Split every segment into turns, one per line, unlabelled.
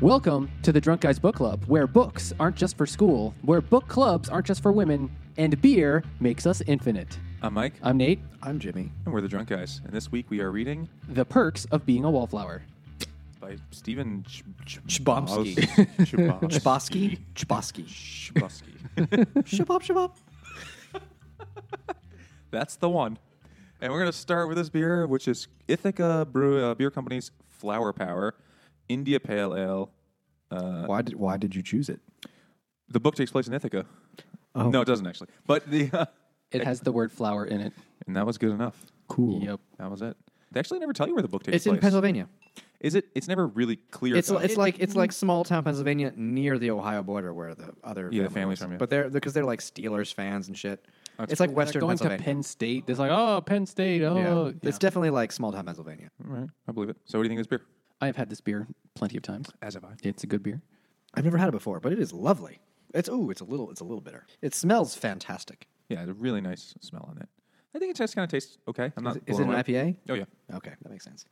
Welcome to the Drunk Guys Book Club, where books aren't just for school, where book clubs aren't just for women, and beer makes us infinite.
I'm Mike,
I'm Nate,
I'm Jimmy.
and we're the Drunk Guys, and this week we are reading
The Perks of Being a Wallflower.
by Stephen Ch- Ch-
Chbosky.
Chbosky.
Chbosky? Chbosky.
Chbosky.
Shabop, shabop.
That's the one. And we're going to start with this beer, which is Ithaca Brew, uh, Beer Company's Flower Power India Pale Ale. uh,
Why did Why did you choose it? Oh.
The book takes place in Ithaca. No, it doesn't actually. But the uh,
It has the word flower in it.
and that was good enough.
Cool.
Yep.
That was it. They actually never tell you where the book takes
It's
place.
in Pennsylvania.
Is it? It's never really clear.
It's
though.
it's like it's like small town Pennsylvania near the Ohio border where the other
Yeah, the
family
family's
lives.
from, yeah.
But they're because they're like Steelers fans and shit. It's like Western
Going to
Pennsylvania.
Penn State, it's like, oh, Penn State, oh.
yeah. It's definitely like small town Pennsylvania.
All right, I believe it. So, what do you think of this beer?
I have had this beer plenty of times.
As have I.
It's a good beer.
I've never had it before, but it is lovely. It's ooh, it's a little it's a little bitter. It smells fantastic.
Yeah, it's a really nice smell on it. I think it just kind of tastes okay. I'm not.
Is it
blown
an
away.
IPA?
Oh yeah.
Okay, that makes sense.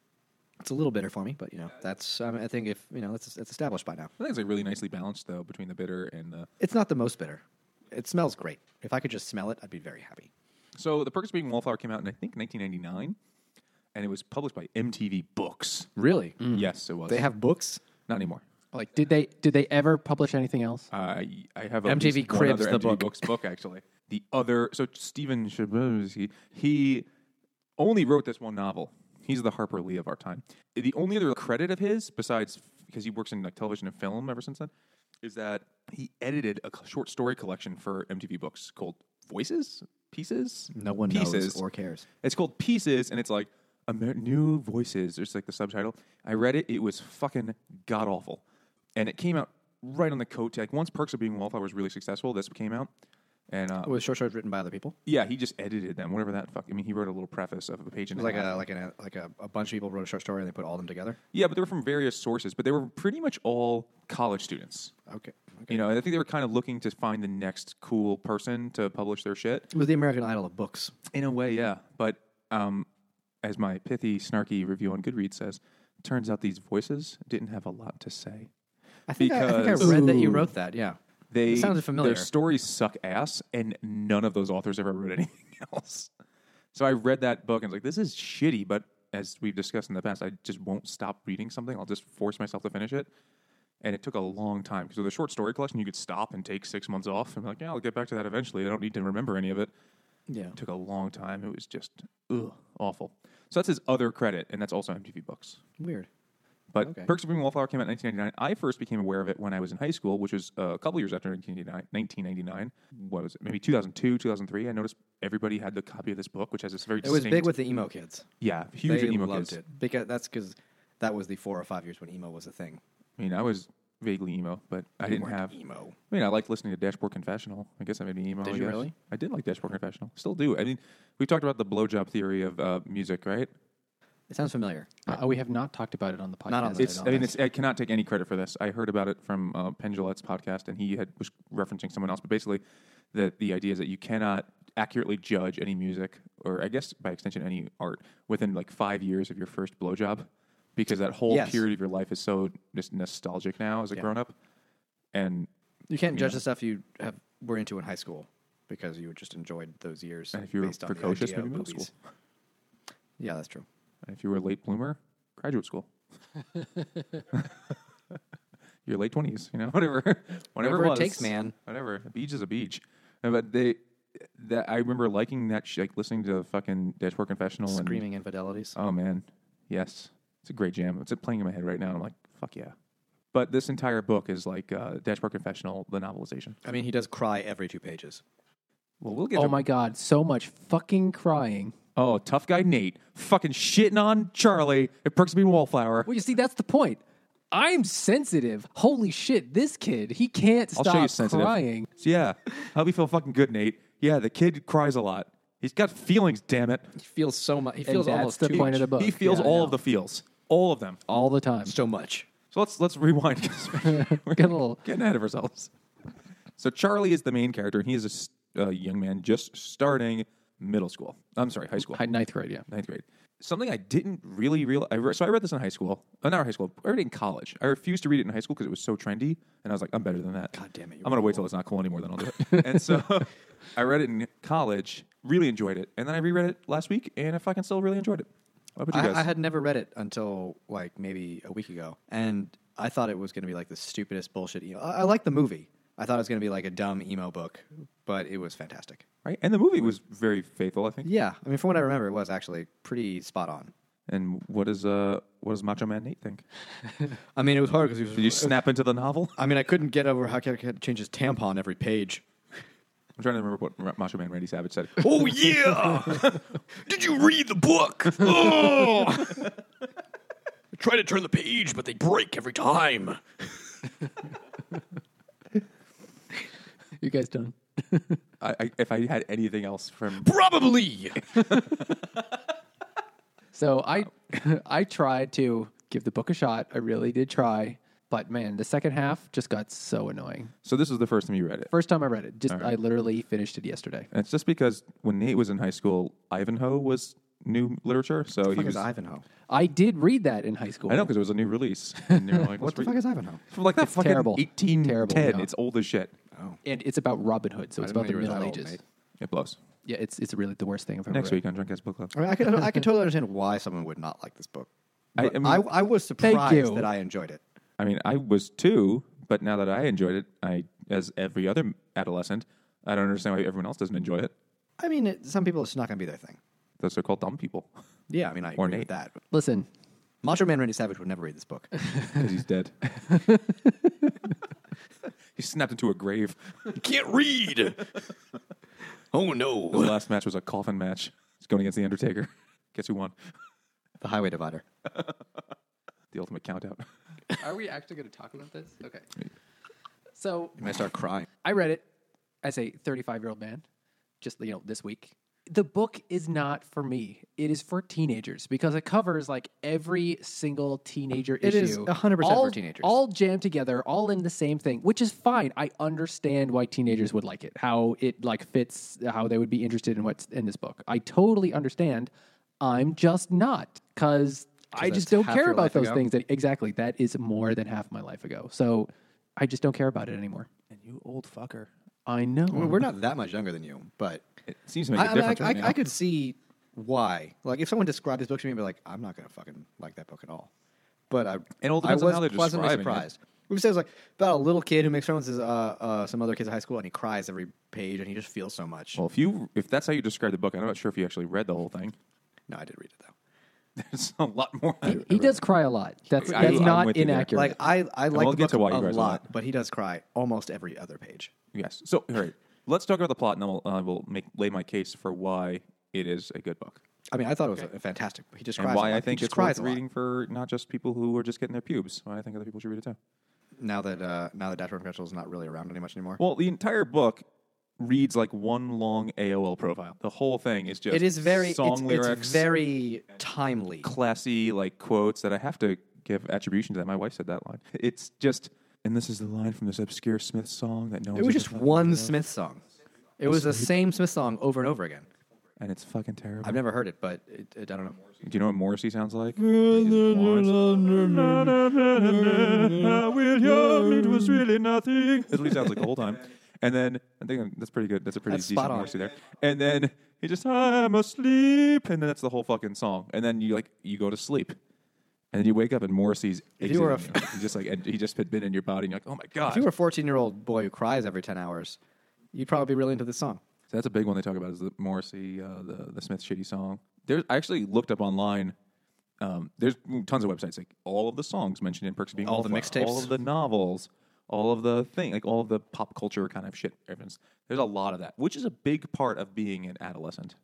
It's a little bitter for me, but you know that's I, mean, I think if you know that's it's established by now.
I think it's like really nicely balanced though between the bitter and the.
It's not the most bitter. It smells great. If I could just smell it, I'd be very happy.
So the Perks of Being a Wallflower came out in I think 1999, and it was published by MTV Books.
Really,
Yes, it was.
Hmm. they have books.
not anymore.
Like, did they did they ever publish anything else?
Uh, I have at
MTV
least one
Cribs,
other
the
MTV
book.
Books book actually. The other so Stephen Chbosky, he only wrote this one novel. He's the Harper Lee of our time. The only other credit of his, besides because he works in like television and film ever since then, is that he edited a short story collection for MTV Books called Voices Pieces.
No one knows
Pieces.
or cares.
It's called Pieces, and it's like Amer- New Voices. There's like the subtitle. I read it. It was fucking god awful, and it came out right on the coat. Like once Perks of Being a Wallflower was really successful, this came out, and uh,
With short stories written by other people.
yeah, he just edited them. Whatever that fuck. I mean, he wrote a little preface of a page and
It was
a
like
half.
a like an, like a, a bunch of people wrote a short story and they put all them together.
yeah, but they were from various sources, but they were pretty much all college students.
Okay.
You know, and I think they were kind of looking to find the next cool person to publish their shit.
It was the American Idol of books.
In a way, yeah. But um, as my pithy, snarky review on Goodreads says, turns out these voices didn't have a lot to say.
I think, I, I think I
Because-
read that you wrote that. Yeah.
They
It sounded familiar.
Their stories suck ass, and none of those authors ever wrote anything else. So I read that book and was like, this is shitty. But as we've discussed in the past, I just won't stop reading something. I'll just force myself to finish it. And it took a long time because with a short story collection, you could stop and take six months off and be like, yeah, I'll get back to that eventually. I don't need to remember any of it.
Yeah.
took a long time. It was just ugh, awful. So that's his other credit, and that's also MTV Books.
Weird.
But
Okay.
Perks of Being a Wallflower came out in 1999. I first became aware of it when I was in high school, which was uh, a couple years after 1999. 1999. What was it? Maybe 2002, 2003. I noticed everybody had the copy of this book, which has this very
It was
distinct-
big with the emo kids.
yeah, huge
they
emo
loved
kids.
it because that's because that was the four or five years when emo was a thing.
I mean, I was vaguely emo, but I didn't
weren't
have
emo.
I mean, I liked listening to Dashboard Confessional. I guess I made me emo. Did I
you
guess.
really?
I did like Dashboard Confessional. Still do. I mean, we talked about the blowjob theory of uh, music, right?
It sounds familiar.
Uh, we have not talked about it on the podcast.
Not on the-
It's, I
don't
mean,
know.
it's, I cannot take any credit for this. I heard about it from uh, Penn Jillette's podcast, and he had, was referencing someone else. But basically, the the idea is that you cannot accurately judge any music, or I guess by extension, any art, within like five years of your first blowjob, because that whole
Yes.
period of your life is so just nostalgic now as a grown up. And
You can't judge the stuff you have were into in high school because you just enjoyed those years.
And if you were
based on the
precocious,
idea of
maybe middle
movies. Yeah, that's true.
if you were a late bloomer, graduate school. Your late twenties, you know, whatever, whatever,
Whatever it
was.
takes, man.
Whatever, a beach is a beach. Uh, But they, that I remember liking that, sh- like listening to fucking Dashboard Confessional and
Screaming infidelities.
oh man, yes, it's a great jam. It's playing in my head right now. and I'm like, fuck yeah. But this entire book is like uh, Dashboard Confessional, the novelization.
I mean, he does cry every two pages.
Well, we'll get.
oh
to-
my God, so much fucking crying.
oh, tough guy Nate, fucking shitting on Charlie. It perks me wallflower.
Well, you see, that's the point. I'm sensitive. Holy shit, this kid, he can't
I'll
stop
show you sensitive.
crying.
So, yeah, help me feel fucking good, Nate. Yeah, the kid cries a lot. He's got feelings, damn it.
He feels so much. He feels
that's
almost
the
too
point of
much.
the book.
He feels
Yeah, I
all
know.
of the feels, all of them.
all the time.
so much.
So let's let's rewind. 'cause We're
Get a little-
getting ahead of ourselves. So Charlie is the main character, and he is a s- a young man just starting middle school. I'm sorry, high school,
Hi- Ninth grade, yeah.
ninth grade. something I didn't really realize. I re- so I read this in high school, uh, not high school. I read it in college. I refused to read it in high school because it was so trendy, and I was like, I'm better than that.
God damn it, you
I'm gonna wait till it's not cool anymore. Then I'll do it. and so I read it in college, really enjoyed it, and then I reread it last week, and I fucking still really enjoyed it. What about you guys?
I, I had never read it until like maybe a week ago, and I thought it was going to be like the stupidest bullshit. Emo. I, I like the movie. I thought it was going to be like a dumb emo book, but it was fantastic.
right, and the movie was very faithful, I think.
Yeah, I mean, from what I remember, it was actually pretty spot on.
And what does uh what does Macho Man Nate think?
I mean, it was hard because he was.
Did you snap into the novel?
I mean, I couldn't get over how he had to change his tampon every page.
I'm trying to remember what Ra- Macho Man Randy Savage said.
Oh yeah! Did you read the book? Oh!
Try to turn the page, but they break every time.
You guys done?
I, I, if I had anything else from
Probably.
So I I tried to give the book a shot. I really did try, but man, the second half just got so annoying.
so this is the first time you read it.
First time I read it, just I literally finished it yesterday.
And it's just because when Nate was in high school, Ivanhoe was new literature, so he
fuck
was.
is Ivanhoe?
I did read that in high school.
I know because it was a new release. And they were like,
What the fuck is Ivanhoe?
like that fucking
terrible.
eighteen
Terrible,
ten?
yeah.
It's old as shit.
and it's about Robin Hood, so it's
didn't
about the
know you were
Middle
that old,
Ages.
mate.
It blows.
yeah, it's it's really the worst thing I've ever
Next
read.
week on Drunkcast Book Club.
I mean, I could, I could totally understand why someone would not like this book.
I-
But
I
I,
mean-
I, was surprised
you.
that I enjoyed it.
I mean, I was too, but now that I enjoyed it, I as every other adolescent, I don't understand why everyone else doesn't enjoy it.
I mean, it, some people it's not going to be their thing.
Those are called dumb people
Yeah, I mean, I agree
Ornate.
with that.
Listen,
Macho Man Randy Savage would never read this book.
because he's dead. he snapped into a grave.
Can't read. Oh
His
no.
last match was a coffin match. He's going against the Undertaker. Guess who won?
the Highway Divider.
The Ultimate Countdown.
are we actually going to talk about this? Okay. So
You might start crying.
I read it as a 35 year old man, just you know this week. The book is not for me. It is for teenagers because it covers like every single teenager
It
issue.
is 100% for
all-
teenagers.
All jammed together, all in the same thing, which is fine. I understand why teenagers would like it, how it like fits, how they would be interested in what's in this book. I totally understand. I'm just not because I
that's
just don't
half
care
your
about
life
those
ago.
things. That, exactly, that is more than half my life ago. So I just don't care about it anymore.
And you old fucker.
I know.
Well, we're not that much younger than you, but
It seems to make a
I, I, mean, I,
difference. right
I-
now.
I could see why. Like, if someone described this book to me, I'd be like, I'm not going to fucking like that book at all. But I,
It all
I
depends on
was
how they're
pleasantly
describing it.
surprised. We says like about a little kid who makes friends with uh, uh, some other kids at high school, and he cries every page, and he just feels so much.
Well, if you if that's how you describe the book, I'm not sure if you actually read the whole thing.
no, I did read it though.
There's a lot more.
He does cry a lot. That's
I-
that's
I'm
not
with you there.
inaccurate.
Like I, I like
we'll
the
get
book
to why he
a
cries
lot,
a lot.
but he does cry almost every other page.
Yes. So, all right, let's talk about the plot, and then we'll, uh, we'll make lay my case for why it is a good book
I mean, I thought it was a fantastic. He just
and
cries. a
why
lot.
I
He
think
just
it's
cries
worth
a lot.
reading for not just people who are just getting their pubes. Why I think other people should read it too.
now that uh, now that Dashboard Confessional is not really around any much anymore.
Well, the entire book reads like one long AOL profile. The whole thing is just
it is very
song
it's,
lyrics,
it's very timely.
classy like quotes that I have to give attribution to that. My wife said that line. It's just, and this is the line from this obscure Smith song that no.
It was just one Smith song. It was the same Smith song over and over again.
and it's fucking terrible.
I've never heard it, but it, it, I don't know.
Do you know what Morrissey sounds like? It was really nothing. That's what he sounds like the whole time. And then I think um, that's pretty good. That's a pretty
That's
decent
spot on.
Morrissey there. And then he just I'm asleep, and then that's the whole fucking song. And then you like you go to sleep, and then you wake up and Morrissey's
you were a
exiting you. He just like and he just had been in your body, and you're like, oh my god.
If you were a 14 year old boy who cries every 10 hours, you'd probably be really into this song.
So that's a big one they talk about is the Morrissey, uh, the the Smith Shitty song. There's I actually looked up online. Um, there's tons of websites like all of the songs mentioned in Perks of Being
All the
Wallflower, all
mixtapes.
of the novels, all of the thing, like all of the pop culture kind of shit. Reference. There's a lot of that, which is a big part of being an adolescent.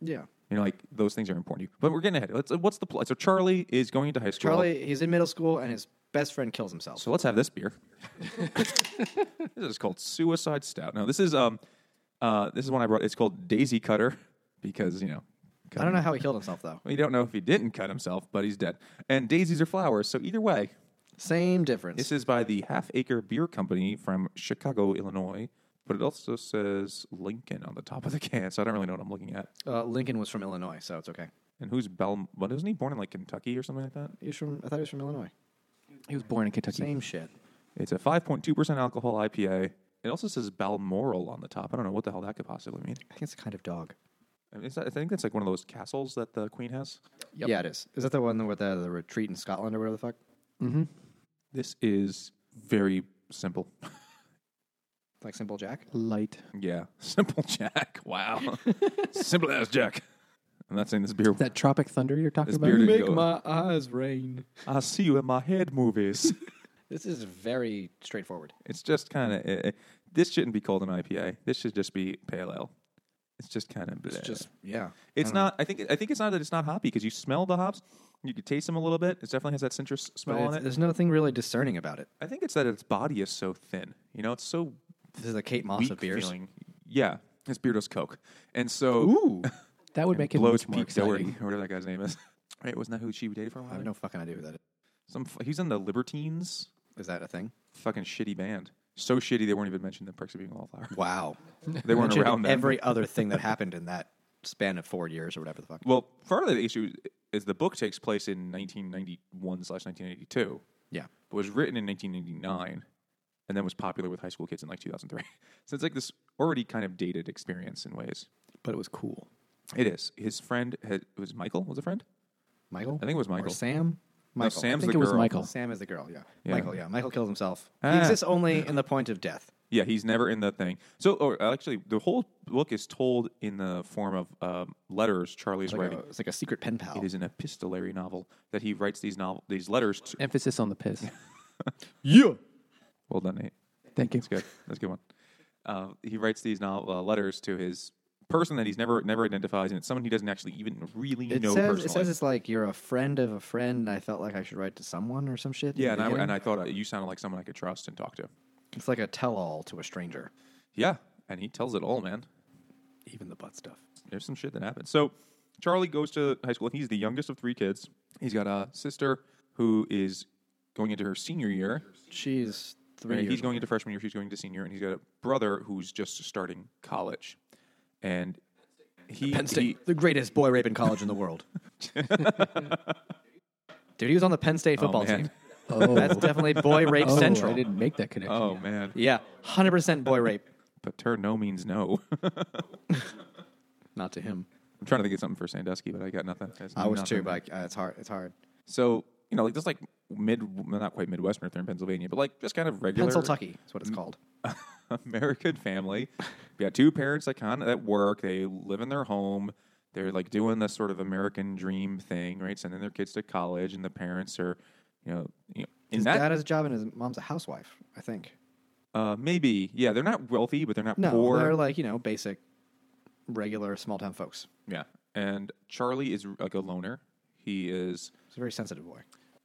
Yeah.
You know, like those things are important to you. But we're getting ahead. Let's, what's the plot? So Charlie is going into high school.
Charlie, he's in middle school and his best friend kills himself.
So let's have this beer. this is called Suicide Stout. No, this is um, uh, this is one I brought. It's called Daisy Cutter because you know.
I don't know how he killed himself, though.
We don't know if he didn't cut himself, but he's dead. And daisies are flowers, so either way,
Same difference.
this is by the Half Acre Beer Company from Chicago, Illinois. But it also says Lincoln on the top of the can, so I don't really know what I'm looking at.
Uh, Lincoln was from Illinois, so it's okay.
And who's Bel? What isn't he born in like Kentucky or something like that?
He's from. I thought he was from Illinois.
He was born in Kentucky.
Same shit.
It's a 5.2% alcohol IPA. It also says Balmoral on the top. I don't know what the hell that could possibly mean.
I think it's a kind of dog.
I, mean, is that- I think that's like one of those castles that the queen has.
Yeah, it is. Is that the one with the, the retreat in Scotland or whatever the fuck?
Mm-hmm.
This is very simple.
Like Simple Jack.
Light.
yeah, simple Jack. Wow, simple as Jack. I'm not saying this beer.
That Tropic Thunder you're talking
This
about?
beer didn't go.
eyes rain.
I see you in my head movies.
This is very straightforward.
it's just kind of. eh, eh. this shouldn't be called an IPA. This should just be pale ale. It's just kind of.
It's just yeah.
It's not. I think. I think it's not that it's not hoppy because you smell the hops. You can taste them a little bit. It definitely has that citrus
But
smell on
it's-
it.
there's nothing really discerning about it.
I think it's that its body is so thin. You know, it's so
This is a Kate Moss
weak
of beers.
feeling. Yeah, it's Beardo's Coke, and so
Ooh,
That would make it
Blows
much more
Pete Doherty,
exciting.
or whatever that guy's name is. Right, wasn't that who she dated for a
I
while?
have no fucking idea who that is.
Some f- he's in the Libertines,
Is that a thing?
fucking shitty band. So shitty they weren't even mentioned in Perks of Being a Wallflower.
Wow.
They weren't
Mentioned
around then.
every other thing that happened in that span of four years or whatever the fuck.
Well, part of the issue is the book takes place in 1991 slash 1982,
Yeah.
but was written in 1999, and then was popular with high school kids in like 2003. So it's like this already kind of dated experience in ways.
But it was cool.
It is. His friend had, it was Michael. Was a friend?
Michael?
I think it was Michael.
Or Sam?
No,
Michael.
Sam's
I think
the
it was
girl.
Michael.
Sam is the girl, yeah.
Yeah.
Michael, yeah. Michael kills himself.
Ah.
He exists only in the point of death.
Yeah, he's never in the thing. So, or actually, the whole book is told in the form of um, letters Charlie's
Like
writing.
a- it's like a secret pen pal.
It is an epistolary novel that he writes these novel these letters. To,
Emphasis on the piss.
Yeah.
well done, Nate.
Thank you.
That's good. That's a good one. Uh, he writes these novel, uh, letters to his person that he's never never identifies, and it's someone he doesn't actually even really
It,
know
says,
personally.
it says it's like you're a friend of a friend, and I felt like I should write to someone or some shit. in
yeah,
the
and I,
beginning.
and I thought uh, you sounded like someone I could trust and talk to.
It's like a tell all to a stranger,
Yeah, and he tells it all, man.
even the butt stuff.
there's some shit that happens. So Charlie goes to high school, and he's the youngest of three kids. He's got a sister who is going into her senior year.
She's three.
Right,
years
he's going
old.
into freshman year. She's going into senior, and he's got a brother who's just starting college. And he,
Penn State,
he oh,
the greatest boy raping college in the world. Dude, he was on the Penn State football
man.
team.
Oh.
That's definitely boy rape
Oh,
central.
I didn't make that connection.
oh man,
Yeah, hundred percent boy rape.
paterno means no. I'm
Not to him.
trying to think of something for Sandusky, but I got nothing. There's
I was
nothing.
too, but I, uh, it's hard. It's hard.
so you know, like just like mid, well, not quite Midwestern, if they're in Pennsylvania, but like just kind of regular
Pennsyltucky is what it's called.
American family. You got two parents that kind of at work. They live in their home. They're like doing this sort of American dream thing, right? Sending their kids to college, and the parents are, you know, you know in
His dad
that
has a job and his mom's a housewife, I think.
uh, maybe yeah, they're not wealthy, but they're not
No,
poor.
they're like you know basic, regular small town folks.
yeah, and Charlie is like a loner. He is
He's a very sensitive boy.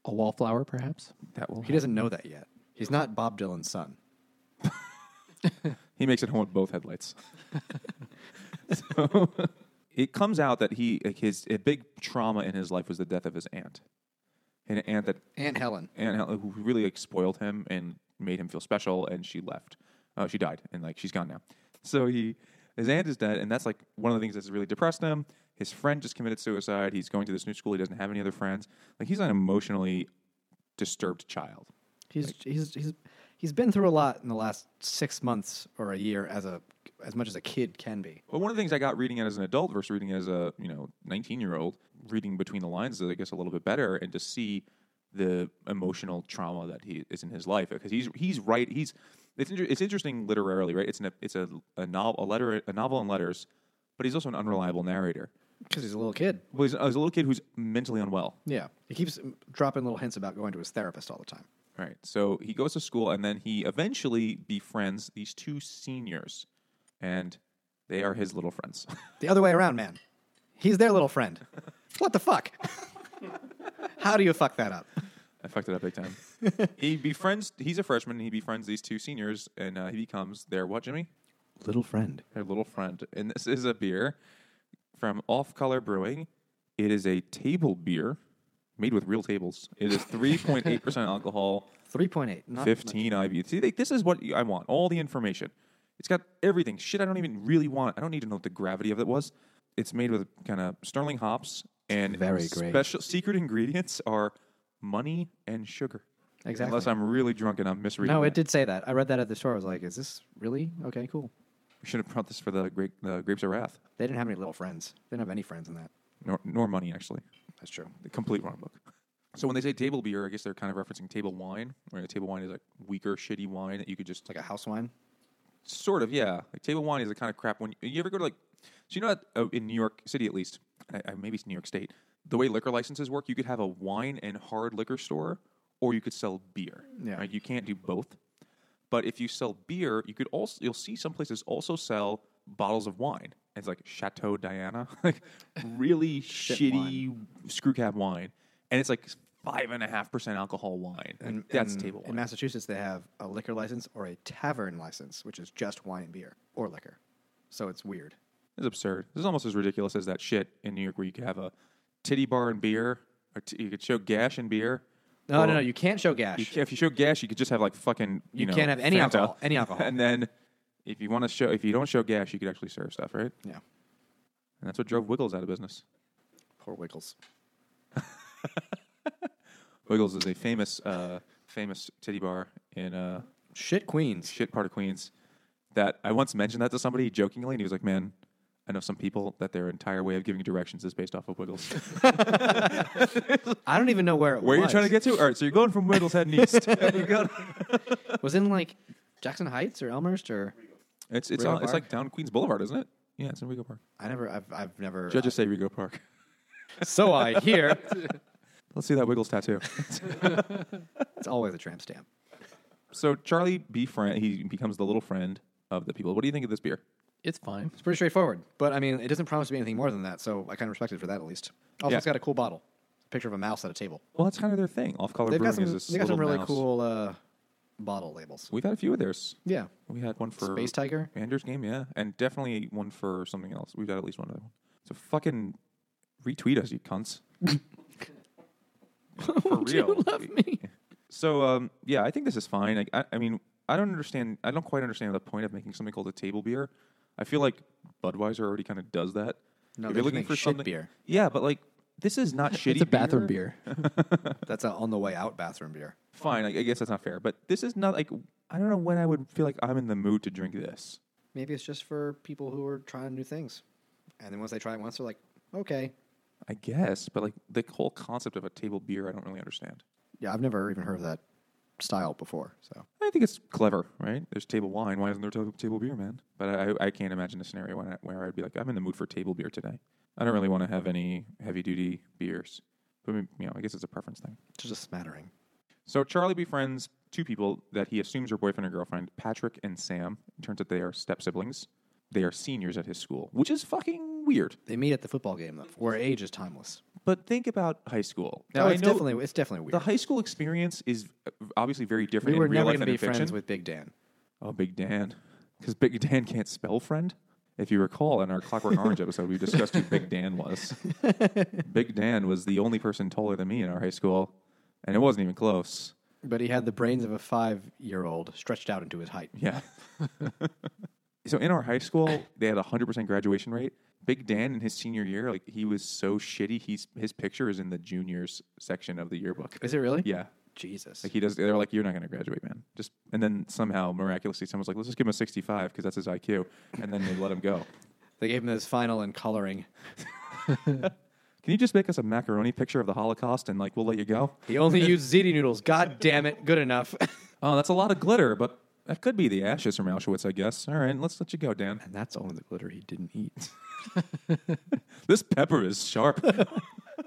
A wallflower, perhaps?
that will.
He doesn't know that yet. He's not Bob Dylan's son.
He makes it home with both headlights. so it comes out that he like his a big trauma in his life was the death of his aunt, an aunt that
Aunt Helen.
and how- who really like spoiled him and made him feel special and she left uh, she died and like she's gone now so he his aunt is dead and that's like one of the things that's really depressed him his friend just committed suicide he's going to this new school he doesn't have any other friends like he's an emotionally disturbed child
He's he's he's he's been through a lot in the last six months or a year as a as much as a kid can be.
but one of the things i got reading it as an adult versus reading it as a you know 19 year old reading between the lines is i guess a little bit better and to see the emotional trauma that he is in his life because he's he's right he's it's inter- it's interesting literarily right it's an it's a a novel a letter a novel in letters but he's also an unreliable narrator
Because he's a little kid.
well he's, he's a little kid who's mentally unwell
Yeah. He keeps dropping little hints about going to his therapist all the time.
right so he goes to school and then he eventually befriends these two seniors and they are his little friends
The other way around, man. He's their little friend. what the fuck? How do you fuck that up?
I fucked it up big time. he befriends. He's a freshman. He befriends these two seniors, and uh, he becomes their what, Jimmy?
Little friend.
Their little friend. And this is a beer from Off Color Brewing. It is a table beer made with real tables. It is three point eight percent alcohol,
3.8. Not
fifteen IBU. See, like, this is what I want. All the information. It's got everything. Shit, I don't even really want. I don't need to know what the gravity of it was. It's made with kind of sterling hops And
Very great.
Special secret ingredients are money and sugar.
Exactly.
Unless I'm really drunk and I'm misreading.
No, it
it.
did say that. I read that at the store. I was like, is this really? Okay, cool.
We should have brought this for the grape, the grapes of wrath,
They didn't have any little friends. They didn't have any friends in that.
nor, nor money actually.
That's true.
The complete wrong book. So when they say table beer, I guess they're kind of referencing table wine, where table wine is like weaker, shitty wine that you could just
Like a house wine.
Sort of, yeah. Like table wine is the kind of crap when you ever go to like, so you know that, uh, in New York City at least, I, I, maybe it's New York State. The way liquor licenses work, you could have a wine and hard liquor store, or you could sell beer.
Yeah.
right? You can't do both. But if you sell beer, you could also you'll see some places also sell bottles of wine. It's like Chateau Diana, like really shitty screw cap wine, and it's like five and a half percent alcohol wine. Like, that's
in,
table wine.
In Massachusetts, they have a liquor license or a tavern license, which is just wine and beer or liquor. So it's weird.
It's absurd. This is almost as ridiculous as that shit in New York where you could have a titty bar and beer, or t- you could show gash and beer.
No,
Or
no, no. You can't show gash.
you ca- if you show gash, you could just have like fucking. You,
You
know,
can't have any
Fanta.
alcohol, any alcohol.
And then, if you want to show, if you don't show gash, you could actually serve stuff, right?
yeah.
And that's what drove Wiggles out of business.
Poor Wiggles.
Wiggles is a famous, uh, famous titty bar in uh,
Shit Queens.
shit part of Queens. That I once mentioned that to somebody jokingly, and he was like, "Man, I know some people that their entire way of giving directions is based off of Wiggles."
I don't even know where it
Where are
was.
you trying to get to? All right, so you're going from Wiggles heading east.
Was in like Jackson Heights or Elmhurst or
It's it's,
Rego
on, it's
Park?
like down Queens Boulevard, isn't it? Yeah, it's in Rigo Park.
I never. I've, I've never.
Judges say Rigo Park.
so I hear.
Let's see that Wiggles tattoo.
It's always a tramp stamp.
so Charlie B. Friend, he becomes the little friend of the people. What do you think of this beer?
It's fine.
It's pretty straightforward. But I mean, it doesn't promise to be anything more than that. So I kind of respect it for that at least. Also,
Yeah.
it's got a cool bottle. Picture of a mouse at a table.
Well, that's kind of their thing. Off color
They've
brewing
got some.
is this
They got some
little
really
mouse.
cool uh, bottle labels.
We've had a few of theirs.
Yeah.
We had one for
Space Tiger?
Anders game, yeah, and definitely one for something else. We've had at least one other one. So fucking retweet us, you cunts. for real, love me. So um, yeah, I think this is fine. Like, I, I mean, I don't understand. I don't quite understand the point of making something called a table beer. I feel like Budweiser already kind of does that.
No,
If
they
you're
just
looking
make
for
shit
something,
beer.
yeah, but like this is not shitty.
It's a bathroom beer.
That's a on the way out bathroom beer.
Fine, I, I guess that's not fair. But this is not like I don't know when I would feel like I'm in the mood to drink this.
Maybe it's just for people who are trying new things. And then once they try it once, they're like, okay.
I guess, but like the whole concept of a table beer, I don't really understand.
Yeah, I've never even heard of that style before. So
I think it's clever, right? There's table wine. Why isn't there table, table beer, man? But I, I can't imagine a scenario when I, where I'd be like, I'm in the mood for table beer today. I don't really want to have any heavy duty beers. But I mean, you know, I guess it's a preference thing.
it's just a smattering.
So Charlie befriends two people that he assumes are boyfriend and girlfriend, Patrick and Sam. It turns out they are step siblings. They are seniors at his school, which is fucking weird.
They meet at the football game, though, where age is timeless.
But think about high school.
No,
I
it's,
know
definitely, it's definitely
the
weird.
high school experience is uh, obviously very different
We were
in real
never
life
going to
than
be
in fiction.
friends with Big Dan.
Oh, Big Dan. Because Big Dan can't spell friend. If you recall, in our Clockwork Orange episode, we discussed who Big Dan was. Big Dan was the only person taller than me in our high school, and it wasn't even close.
But he had the brains of a five year old stretched out into his height.
Yeah. so in our high school, they had a 100% graduation rate. Big Dan in his senior year, like he was so shitty. He's his picture is in the juniors section of the yearbook.
Is it really?
Yeah.
Jesus.
Like he does. They're like, you're not going to graduate, man. Just and then somehow miraculously, someone's like, let's just give him a 65 because that's his IQ, and then they let him go.
They gave him his final and coloring.
Can you just make us a macaroni picture of the Holocaust and like we'll let you go?
He only used ziti noodles. God damn it. Good enough.
Oh, that's a lot of glitter, but that could be the ashes from Auschwitz, I guess. All right, let's let you go, Dan.
and that's only the glitter he didn't eat.
This pepper is sharp.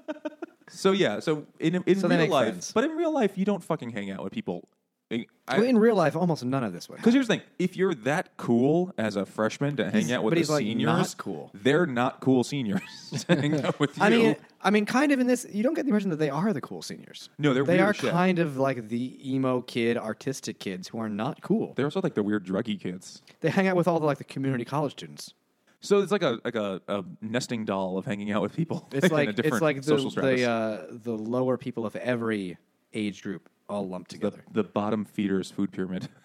so yeah, so in in
So they
real
make
life,
friends.
but in real life, you don't fucking hang out with people. I- I-
Well, in real life, almost none of this would.
Because here's the thing: if you're that cool as a freshman to hang out with
but
the
he's, like,
seniors,
not cool.
They're not cool seniors. to hang out with you.
I mean, I mean, kind of in this, you don't get the impression that they are the cool seniors.
No, they're
they
weird
are
as shit.
kind of like the emo kid, artistic kids who are not cool.
they're also like the weird druggy kids.
they hang out with all the like the community college students.
So it's like a like a, a nesting doll of hanging out with people.
It's
in a
like it's
different
like the
social stratus.
the, uh, the lower people of every age group all lumped together.
the bottom feeders food pyramid.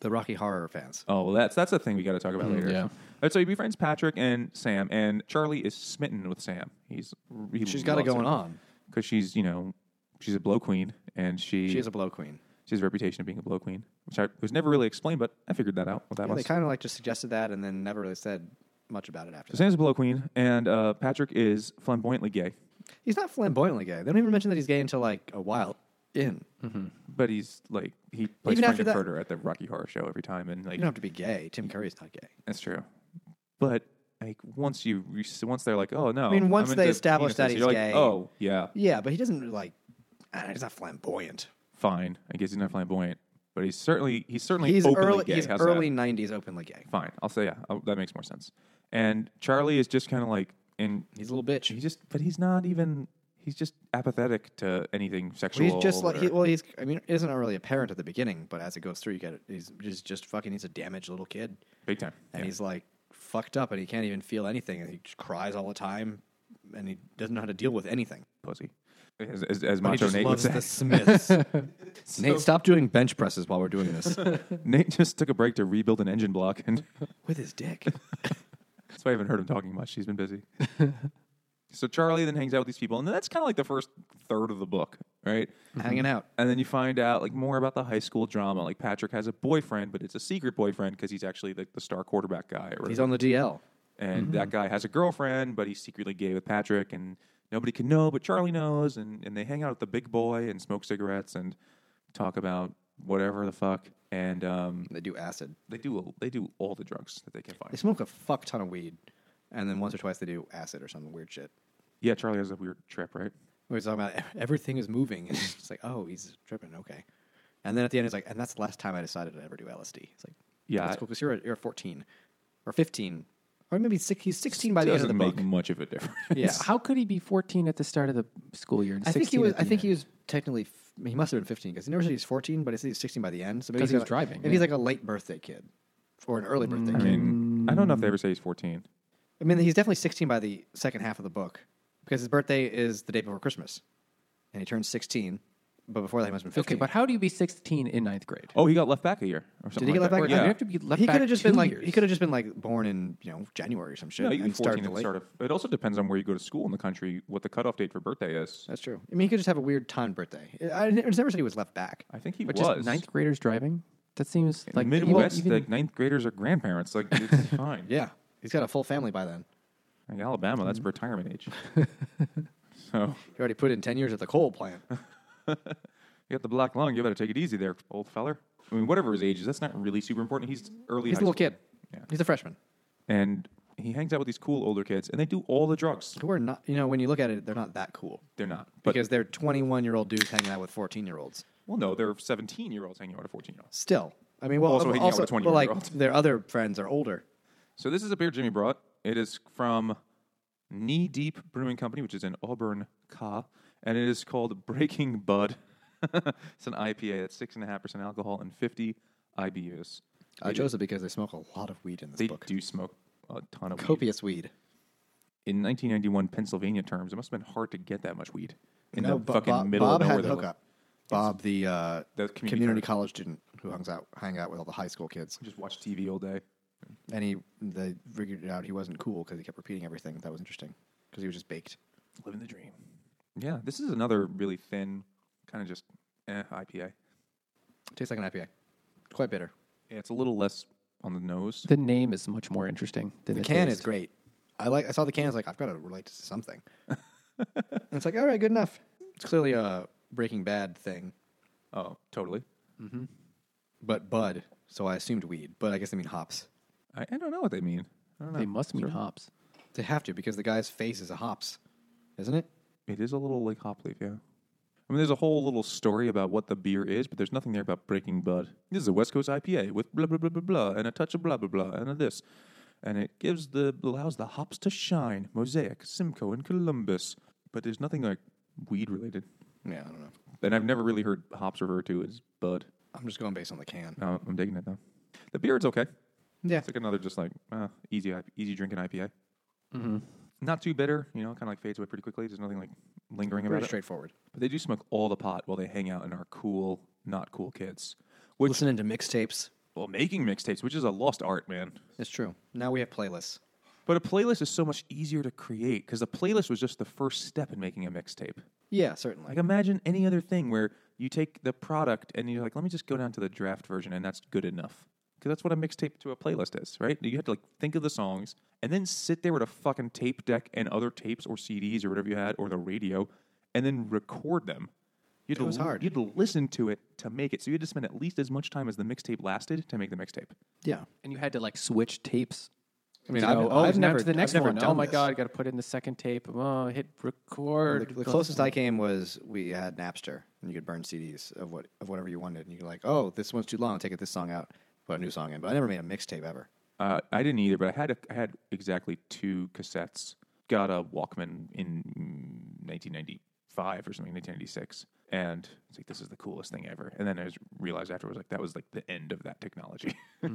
The Rocky Horror fans.
Oh, well, that's that's a thing we got to talk
Hmm,
about later.
yeah.
And so he befriends Patrick and Sam, and Charlie is smitten with Sam. He's he
She's got it going on.
because she's you know she's a blow queen and she
She is a blow queen.
she has a reputation of being a blow queen, which I was never really explained, but I figured that out. What that
Yeah,
was.
they kind of like just suggested that and then never really said much about it after
So
that.
Sam's a blow queen, and uh, Patrick is flamboyantly gay,
He's not flamboyantly gay. They don't even mention that he's gay until like a while in.
but he's like he plays
Even after
Frank
that-
Furter at the Rocky Horror Show every time, and like
You don't have to be gay. Tim Curry's not gay.
that's true. But like once you re- once they're like, oh no,
mean, once
into
they establish
penises,
that he's
you're like,
gay.
oh yeah,
Yeah, but he doesn't like. I don't know, he's not flamboyant.
fine. I guess he's not flamboyant, but he's certainly he's certainly
He's
openly
early.
gay.
He's
How's
early
That?
'90s openly gay.
Fine, I'll say yeah. i that makes more sense. And Charlie is just kind of like in.
He's a little bitch.
He just, but he's not even. He's just apathetic to anything sexual.
He's just like
or-
he, well, he's. I mean, isn't really apparent at the beginning, but as it goes through, you get it. He's just, just fucking. He's a damaged little kid,
big time.
and
Yeah.
he's like fucked up, and he can't even feel anything, and he just cries all the time, and he doesn't know how to deal with anything.
pussy. As, as, as
He
Macho
just
Nate would
loves
say.
the Smiths. Nate, stop doing bench presses while we're doing this
Nate just took a break to rebuild an engine block, and
with his dick.
that's why I haven't heard him talking much. He's been busy. so Charlie then hangs out with these people, and that's kind of like the first third of the book, right?
Hanging out.
And then you find out like more about the high school drama. Like Patrick has a boyfriend, but it's a secret boyfriend because he's actually the, the star quarterback guy. Or,
He's on the DL.
and
Mm-hmm.
that guy has a girlfriend, but he's secretly gay with Patrick, and nobody can know, but Charlie knows. And, and they hang out with the big boy and smoke cigarettes and talk about whatever the fuck. And um,
They do acid.
They do. They do all the drugs that they can
They
find.
smoke a fuck ton of weed, and then once or twice they do acid or some weird shit.
Yeah, Charlie has a weird trip, right?
We were talking about ev- everything is moving. And it's like, oh, he's tripping. Okay. And then at the end, he's like, and that's the last time I decided to ever do LSD. It's like,
Yeah,
that's
I-
cool because you're, a- you're a 14 or 15 or maybe six, he's 16 by the end of
Doesn't
the
make
book.
much of a difference.
Yeah,
How could he be 14 at the start of the school year? And
I think he
16
was.
at the
I think he
end?
was technically. f- He must have been 15 because he never said he was 14, but he said he was 16 by the end. So maybe
'Cause
he's
he was
got like-
driving, Mm-hmm.
Maybe he's like a late birthday kid or an early birthday
I
kid.
mean, I don't know if they ever say he's fourteen.
I mean, he's definitely 16 by the second half of the book because his birthday is the day before Christmas, and he turns 16. But before that, he must have been 15.
Okay, but how do you be 16 in ninth grade?
Oh, he got left back a year. Or something
Did he get
like
left back?
that. Yeah.
You have to be left
he
back
could have just been
two
like he
years.
could have just been like born in you know January or some shit
No, you can
and
be fourteen
started
at the
late.
start of. It also depends on where you go to school in the country, what the cutoff date for birthday is.
That's true. I mean, he could just have a weird ton birthday. I, I never said he was left back.
I think he
But
was
just ninth graders driving? That seems like
Like Midwest, like ninth graders are grandparents. Like it's fine.
Yeah, Mm-hmm. he's got a full family by then.
Like Alabama, that's retirement age. so
He already put in ten years at the coal plant.
you got the black lung. You better take it easy there, old feller. I mean, whatever his age is, that's not really super important. He's early.
He's a
high
little
school.
kid.
Yeah.
He's a freshman.
and he hangs out with these cool older kids, and they do all the drugs.
Who are not? You know, when you look at it, they're not that cool
They're not, but
because they're twenty-one-year-old dudes hanging out with fourteen-year-olds.
well, no, they're seventeen year olds hanging out with fourteen year olds.
Still, I mean, well,
Also hanging out with a
but,
20-year-old.
like their other friends are older.
So this is a beer Jimmy brought. It is from Knee Deep Brewing Company, which is in Auburn, Ca, and it is called Breaking Bud. it's an IPA that's six and a half percent alcohol and fifty IBUs.
I chose it Uh, because they smoke a lot of weed in this
They
book.
do smoke a ton of weed.
Copious weed.
In 1991 Pennsylvania terms, it must have been hard to get that much weed in
No,
the
Bo-
fucking
Bob,
middle
Bob
of nowhere.
had the
that-
hookup. Bob, the, uh,
The community
community,
college.
college student who hangs out hang out with all the high school kids,
Just watch TV all day.
and he they figured it out he wasn't cool because he kept repeating everything. That was interesting because he was just baked.
Living the dream. Yeah, this is another really thin, kind of just eh, IPA.
Tastes like an IPA, quite bitter.
Yeah, it's a little less on the nose.
the name is much more interesting than
The
it
can
is.
is great. I like. I saw the can. I was like, I've got to relate this to something. and it's like, all right, good enough. It's clearly a Breaking Bad thing,
Oh, totally.
but bud. So I assumed weed, but I guess they mean hops.
I, I don't know what they mean. I don't know.
They must mean hops.
They have to because the guy's face is a hops, isn't it?
It is a little like hop leaf, yeah. I mean, there's a whole little story about what the beer is, but there's nothing there about Breaking Bud. This is a West Coast IPA with blah blah blah blah blah and a touch of blah blah blah and a this, and it gives the allows the hops to shine. Mosaic, Simcoe, and Columbus, but there's nothing like weed related.
Yeah, I don't know.
And I've never really heard hops referred to as bud.
I'm just going based on the can.
No, I'm digging it though. The beer, it's okay.
Yeah.
It's like another just like uh, easy, I- easy drinking IPA. Not too bitter, you know. Kind of like fades away pretty quickly. There's nothing like lingering
Very
about it.
straightforward.
But they do smoke all the pot while they hang out and are cool, not cool kids. Which
Listening to mixtapes.
well, making mixtapes, which is a lost art, man.
It's true. Now we have playlists.
But a playlist is so much easier to create because the playlist was just the first step in making a mixtape.
Yeah, certainly.
Like imagine any other thing where you take the product and you're like, let me just go down to the draft version and that's good enough. Because that's what a mixtape to a playlist is, right? You have to like think of the songs and then sit there with a fucking tape deck and other tapes or CDs or whatever you had or the radio and then record them. You had
It was
to,
hard.
You had to listen to it to make it. So you had to spend at least as much time as the mixtape lasted to make the mixtape.
Yeah.
and you had to like switch tapes.
I mean,
You
I've,
know,
I've
it's now
never
to the
I've
next
never
one.
Done
Oh my
this.
god, got to put in the second tape. Oh, hit
The,
record.
the closest I came was we had Napster, and you could burn CDs of what of whatever you wanted, and you're like, oh, this one's too long, take it this song out, put a new song in. But I never made a mixtape ever.
Uh, I didn't either, but I had a, I had exactly two cassettes. Got a Walkman in mm, 1995 or something, 1996, and it's like this is the coolest thing ever. And then I just realized afterwards, like that was like the end of that technology.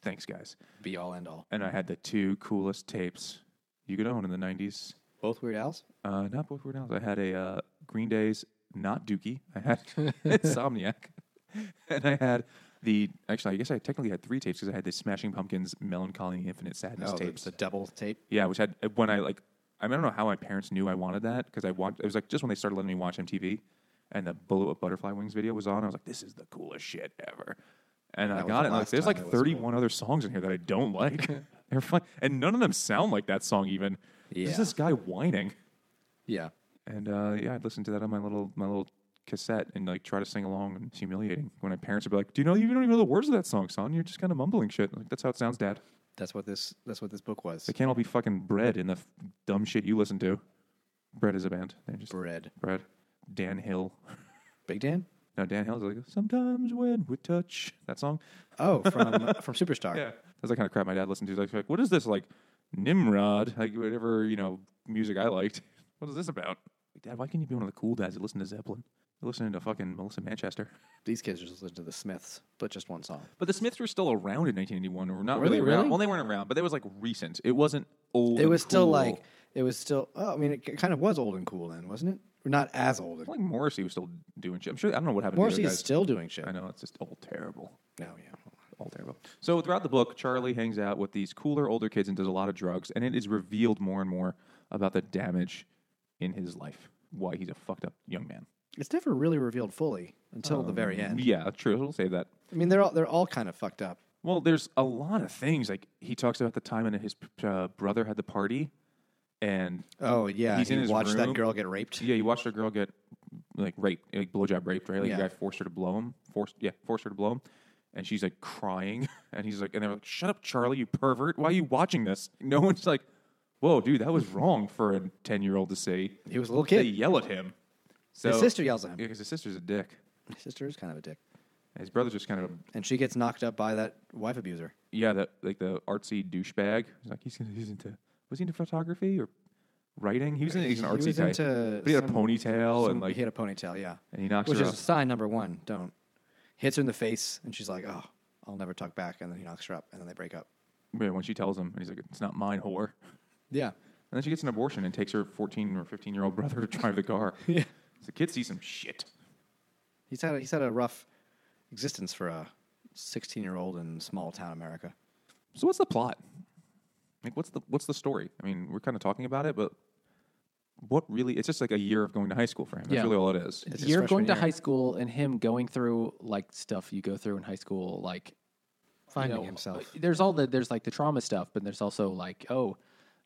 Thanks, guys.
Be all end all.
And I had the two coolest tapes you could own in the 90s.
Both Weird Al's.
Uh, not both were downs. I had a uh, Green Day's not Dookie. I had Insomniac, and I had the actually I guess I technically had three tapes because I had the Smashing Pumpkins Melancholy Infinite Sadness
Oh, the,
tapes.
the double tape.
Yeah, which had uh, when I like I, mean, I don't know how my parents knew I wanted that because I watched it was like just when they started letting me watch MTV and the Bullet with Butterfly Wings video was on. I was like, this is the coolest shit ever. And I
was
got it.
the
and, Like,
last
there's
time it
like
was
31 other songs in here that I don't like. They're fun, and none of them sound like that song even.
Yeah.
Just this guy whining.
Yeah.
And uh, yeah, I'd listen to that on my little my little cassette and like try to sing along. And it's humiliating when my parents would be like, "Do you know you don't even know the words of that song, son? You're just kind of mumbling shit." I'm like that's how it sounds, Dad.
That's what this. That's what this book was.
They can't all be fucking bread in the f- dumb shit you listen to. Bread is a band. They're just
Bread.
bread. Dan Hill.
Big Dan.
No, Dan Hill's like sometimes when we touch that song.
Oh, from from Superstar.
That's the kind of crap my dad listened to. He's like, what is this? Like Nimrod, like whatever, you know, music I liked. What is this about? Like, Dad, why can't you be one of the cool dads that listen to Zeppelin? You're listening to fucking Melissa Manchester.
These kids just listen to the Smiths, but just one song.
But the Smiths were still around in 1981. Or not
Were they
really around.
really?
Well, they weren't around, but they was like recent. It wasn't old.
It
and
was still
cool.
like it was still. Oh, I mean, it kind of was old and cool then, wasn't it? Or Not as old.
I think Morrissey was still doing shit. I'm sure. I don't know what happened. to the
Morrissey
other
is
guys.
still doing shit.
I know it's just all terrible.
No, yeah.
All terrible. So throughout the book, Charlie hangs out with these cooler older kids and does a lot of drugs, and it is revealed more and more about the damage in his life. Why he's a fucked up young man.
It's never really revealed fully until
Um,
the very end.
Yeah, true. We'll say that.
I mean, they're all they're all kind of fucked up.
Well, there's a lot of things. Like he talks about the time when his uh, brother had the party, and
Oh yeah,
He's
he
in his
watched that
room.
girl get raped.
Yeah, you watched a girl get like raped, like blowjob raped, right? Like the guy
Yeah.
forced her to blow him. Forced, yeah, forced her to blow him. And she's like crying, and he's like, and they're like, "Shut up, Charlie, you pervert! Why are you watching this?" No one's like, "Whoa, dude, that was wrong for a ten-year-old to say."
He was a little
They
kid.
yell at him. So,
His sister yells at him.
yeah, because his sister's a dick.
His sister is kind of a dick,
And His brother's just kind of a
and she gets knocked up by that wife abuser.
yeah, that like the artsy douchebag. He's like he's, he's into was he into photography or writing? He was in, he's an
He
artsy
was
guy.
into
but he had a
some-
ponytail
Some-
and like
he had a ponytail, yeah,
and he knocks
which
her
is
up.
sign number one. Don't hits her in the face, and she's like, "Oh, I'll never talk back," and then he knocks her up, and then they break up.
yeah, when she tells him, and he's like, "It's not mine, whore."
Yeah,
And then she gets an abortion and takes her 14 or 15 year old brother to drive the car. yeah. The kid sees some shit.
he's had a, he's had a rough existence for a sixteen year old in small town America.
So what's the plot? Like what's the what's the story? I mean, we're kind of talking about it, but what really? It's just like a year of going to high school for him. That's
Yeah.
really all it is.
It's his
You're
freshman
going to
year.
high school and him going through like stuff you go through in high school, like
finding
know,
himself.
There's all the there's like the trauma stuff, but there's also like oh,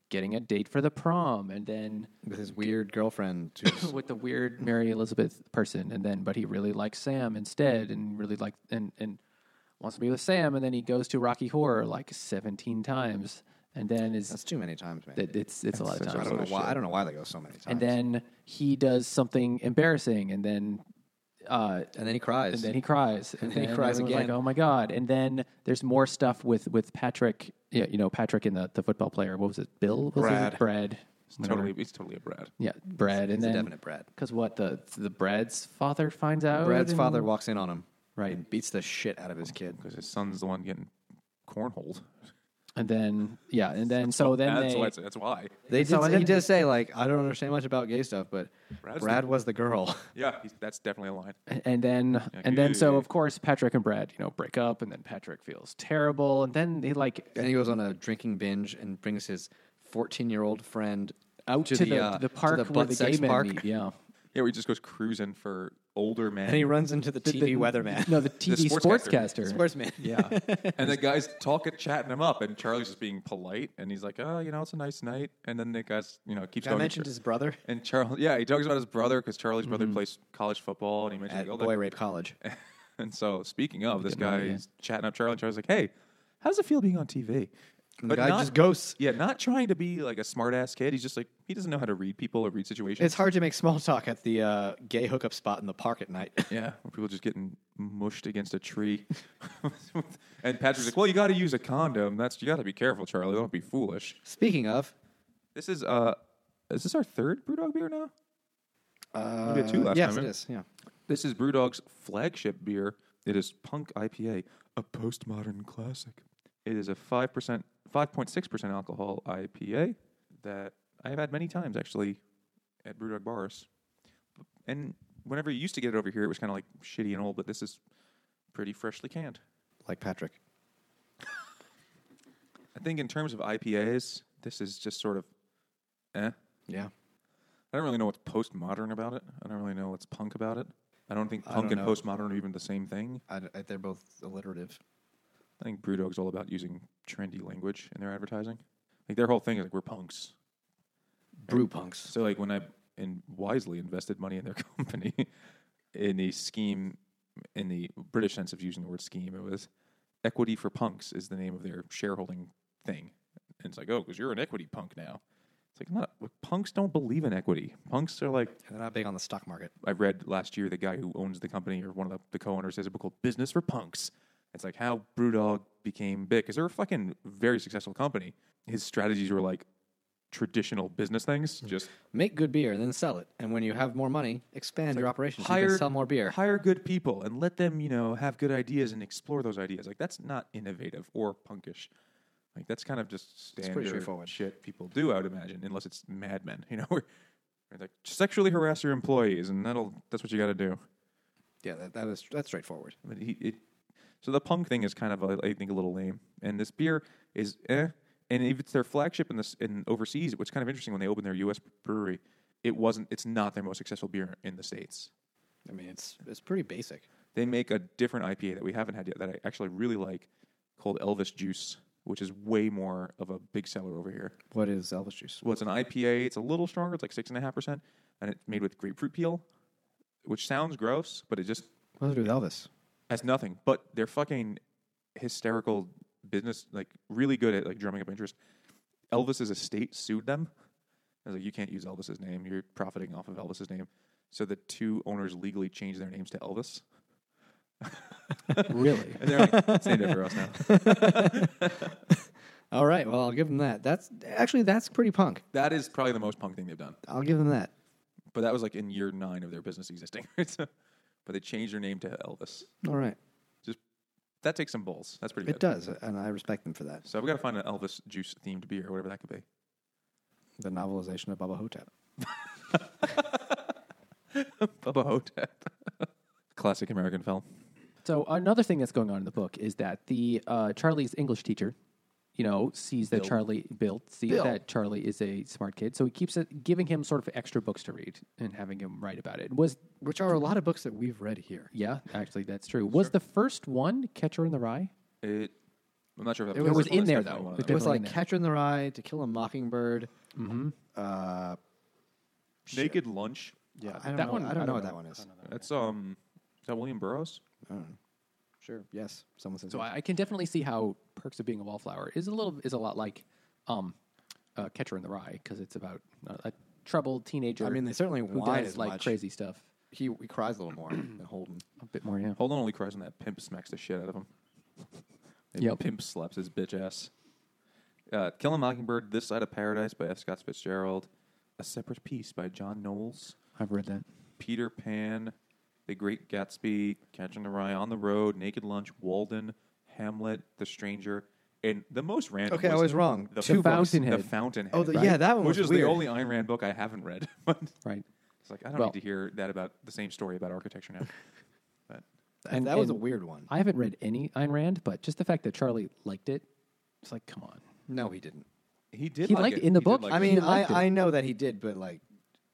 getting a date for the prom, and then
with his weird girlfriend. Who's,
with the weird Mary Elizabeth person, and then but he really likes Sam instead, and really like and and wants to be with Sam, and then he goes to Rocky Horror like 17 times, and then is
that's too many times, man.
it, it's it's a lot of
I
times,
don't know why. I don't know why they go so many times.
and then he does something embarrassing, and then. Uh,
and then he cries.
and then he cries, and,
then he
everyone's
cries again.
Like, oh my god! And then there's more stuff with with Patrick. Yeah, you know Patrick and the, the football player. What was it? Bill? Was
Brad.
It? Brad.
It's totally, it's totally a Brad.
Yeah, Brad. and
a
then
definite Brad.
Because what the the Brad's father finds out.
Brad's
and-
father walks in on him,
Oh, Right.
and beats the shit out of his kid.
Because his son's the one getting cornholed.
And then yeah, and then so then
That's
they,
why. it's- That's why.
They
So
did,
it-
he did say like I don't understand much about gay stuff, but
Brad's
Brad
the-
was the girl.
Yeah, he's, that's definitely a line.
and then and then so of course Patrick and Brad you know break up, and then Patrick feels terrible, and then they like
And he goes on a drinking binge and brings his 14 year old friend
out to, the,
uh,
the park
to the
where
butt
the gay
sex
men
park.
meet. Yeah.
Yeah, where he just goes cruising for older men.
And he runs into the TV
the-
weatherman.
No, the TV
sportscaster.
sportscaster.
sportsman. Yeah.
and the guy's talking, chatting him up, and Charlie's just being polite, and he's like, "Oh, you know, it's a nice night." And then the guy's, you know, keeps.
I
going to
mentioned
Char-
his brother
And Charles, yeah, he talks about his brother because Charlie's brother plays college football, and he mentioned
at
the old
Boy Rape College.
And so, speaking of, this
getting outta
guy's chatting up Charlie. Charlie's like, "Hey, how does it feel being on TV?"
And the guy just ghosts.
Yeah, not trying to be like a smart ass kid. He's just like he doesn't know how to read people or read situations.
It's hard to make small talk at the uh, gay hookup spot in the park at night.
Yeah, where people just getting mushed against a tree. and Patrick's like, "Well, you got to use a condom. That's you got to be careful, Charlie. Don't be foolish."
Speaking of,
This is uh, is this our third BrewDog beer now? Uh, we had two last
yes,
time.
it
right?
is. Yeah.
This is BrewDog's flagship beer. It is Punk IPA, a postmodern classic. It is a five percent, five point six percent alcohol IPA that I have had many times actually at BrewDog bars. And whenever you used to get it over here, it was kind of like shitty and old, but this is pretty freshly canned.
Like Patrick.
I think in terms of IPAs, this is just sort of, eh.
Yeah.
I don't really know what's postmodern about it. I don't really know what's punk about it. I don't think punk
don't
and
know.
postmodern are even the same thing.
I d I they're both alliterative.
I think BrewDog's all about using trendy language in their advertising. Like their whole thing is like we're punks.
Brew punks.
So like when I and wisely invested money in their company in the scheme in the British sense of using the word scheme, it was equity for punks is the name of their shareholding thing. And it's like, oh, because you're an equity punk now. It's like not punks don't believe in equity. Punks are like
They're not big on the stock market.
I read last year the guy who owns the company or one of the, the co-owners has a book called Business for Punks. It's like how BrewDog became big because they're a fucking very successful company. His strategies were like traditional business things, just
Make good beer, then sell it. And when you have more money, expand your operations. you can sell more beer.
hire good people, and let them you know have good ideas and explore those ideas. Like that's not innovative or punkish. Like that's kind of just standard
straightforward.
shit people do. I would imagine, unless it's Mad Men, you know, where where like sexually harass your employees, and that'll that's what you got to do.
yeah, that, that is, that's straightforward.
But he, it, so the punk thing is kind of, I I think, a little lame. And this beer is eh. And if it's their flagship in this in overseas, what's kind of interesting when they opened their U.S. brewery, it wasn't. It's not their most successful beer in the states.
I mean, it's it's pretty basic.
They make a different IPA that we haven't had yet that I actually really like, called Elvis Juice, which is way more of a big seller over here.
What is Elvis juice?
Well, it's an IPA. It's a little stronger. It's like six and a half percent, and it's made with grapefruit peel, which sounds gross, but it just
What does it do with Elvis?
as nothing, but they're fucking hysterical business, like really good at like drumming up interest. Elvis's estate sued them. I was like, you can't use Elvis's name. You're profiting off of Elvis's name. So the two owners legally changed their names to Elvis.
Really?
And they're like, it's named after us now.
All right, well, I'll give them that. That's actually that's pretty punk.
That is probably the most punk thing they've done.
I'll give them that.
But that was like in year nine of their business existing. So- but they changed their name to Elvis.
All right,
Just that takes some balls. That's pretty good.
it does, and I respect them for that.
So we got to find an Elvis juice themed beer, whatever that could be.
The novelization of Baba Hotep.
Bubba Hotep. Classic American film.
So another thing that's going on in the book is that the uh, Charlie's English teacher, you know, sees that Charlie Bill sees that Charlie is a smart kid, so he keeps uh, giving him sort of extra books to read and having him write about it. Was
Which are a lot of books that we've read here.
yeah, actually that's true. Was the first one Catcher in the Rye?
It. I'm not sure if that
It was
the
in
one that's
there,
definitely
though.
one of
It
It
them.
was
Definitely
like
not.
Catcher in the Rye, To Kill a Mockingbird. Uh,
Naked Lunch.
yeah, I don't
that
know,
one-
I don't, know, what that one is.
That's um. Is that William Burroughs?
Sure. Yes. Someone says.
So
yes.
I, I can definitely see how Perks of Being a Wallflower is a little is a lot like um, uh, Catcher in the Rye because it's about uh, a troubled teenager.
I mean, they certainly
who
whine
does
as
like
much.
crazy stuff.
he, he cries a little more than Holden.
A bit more, yeah.
Hold on, only cries when that pimp smacks the shit out of him. That
Yep.
Pimp slaps his bitch ass. Uh, Kill a Mockingbird, This Side of Paradise by F. Scott Fitzgerald. A Separate Piece by John Knowles.
I've read that.
Peter Pan, The Great Gatsby, Catching the Rye, On the Road, Naked Lunch, Walden, Hamlet, The Stranger, And the most random.
Okay, I was wrong.
The,
Two
The books. Fountainhead.
The Fountainhead.
Oh, the- yeah, that one
Which
was
is
weird.
the only Ayn Rand book I haven't read. but
Right.
it's like I don't
Well-
need to hear that about the same story about architecture now. but
And-
And that was a
and-
weird one.
I haven't read any Ayn Rand, but just the fact that Charlie liked it, it's like, come on.
No, he didn't.
he did.
He
like
liked
it.
it in the
He did
book.
like
I
it.
mean,
liked it.
I, I know that he did, but like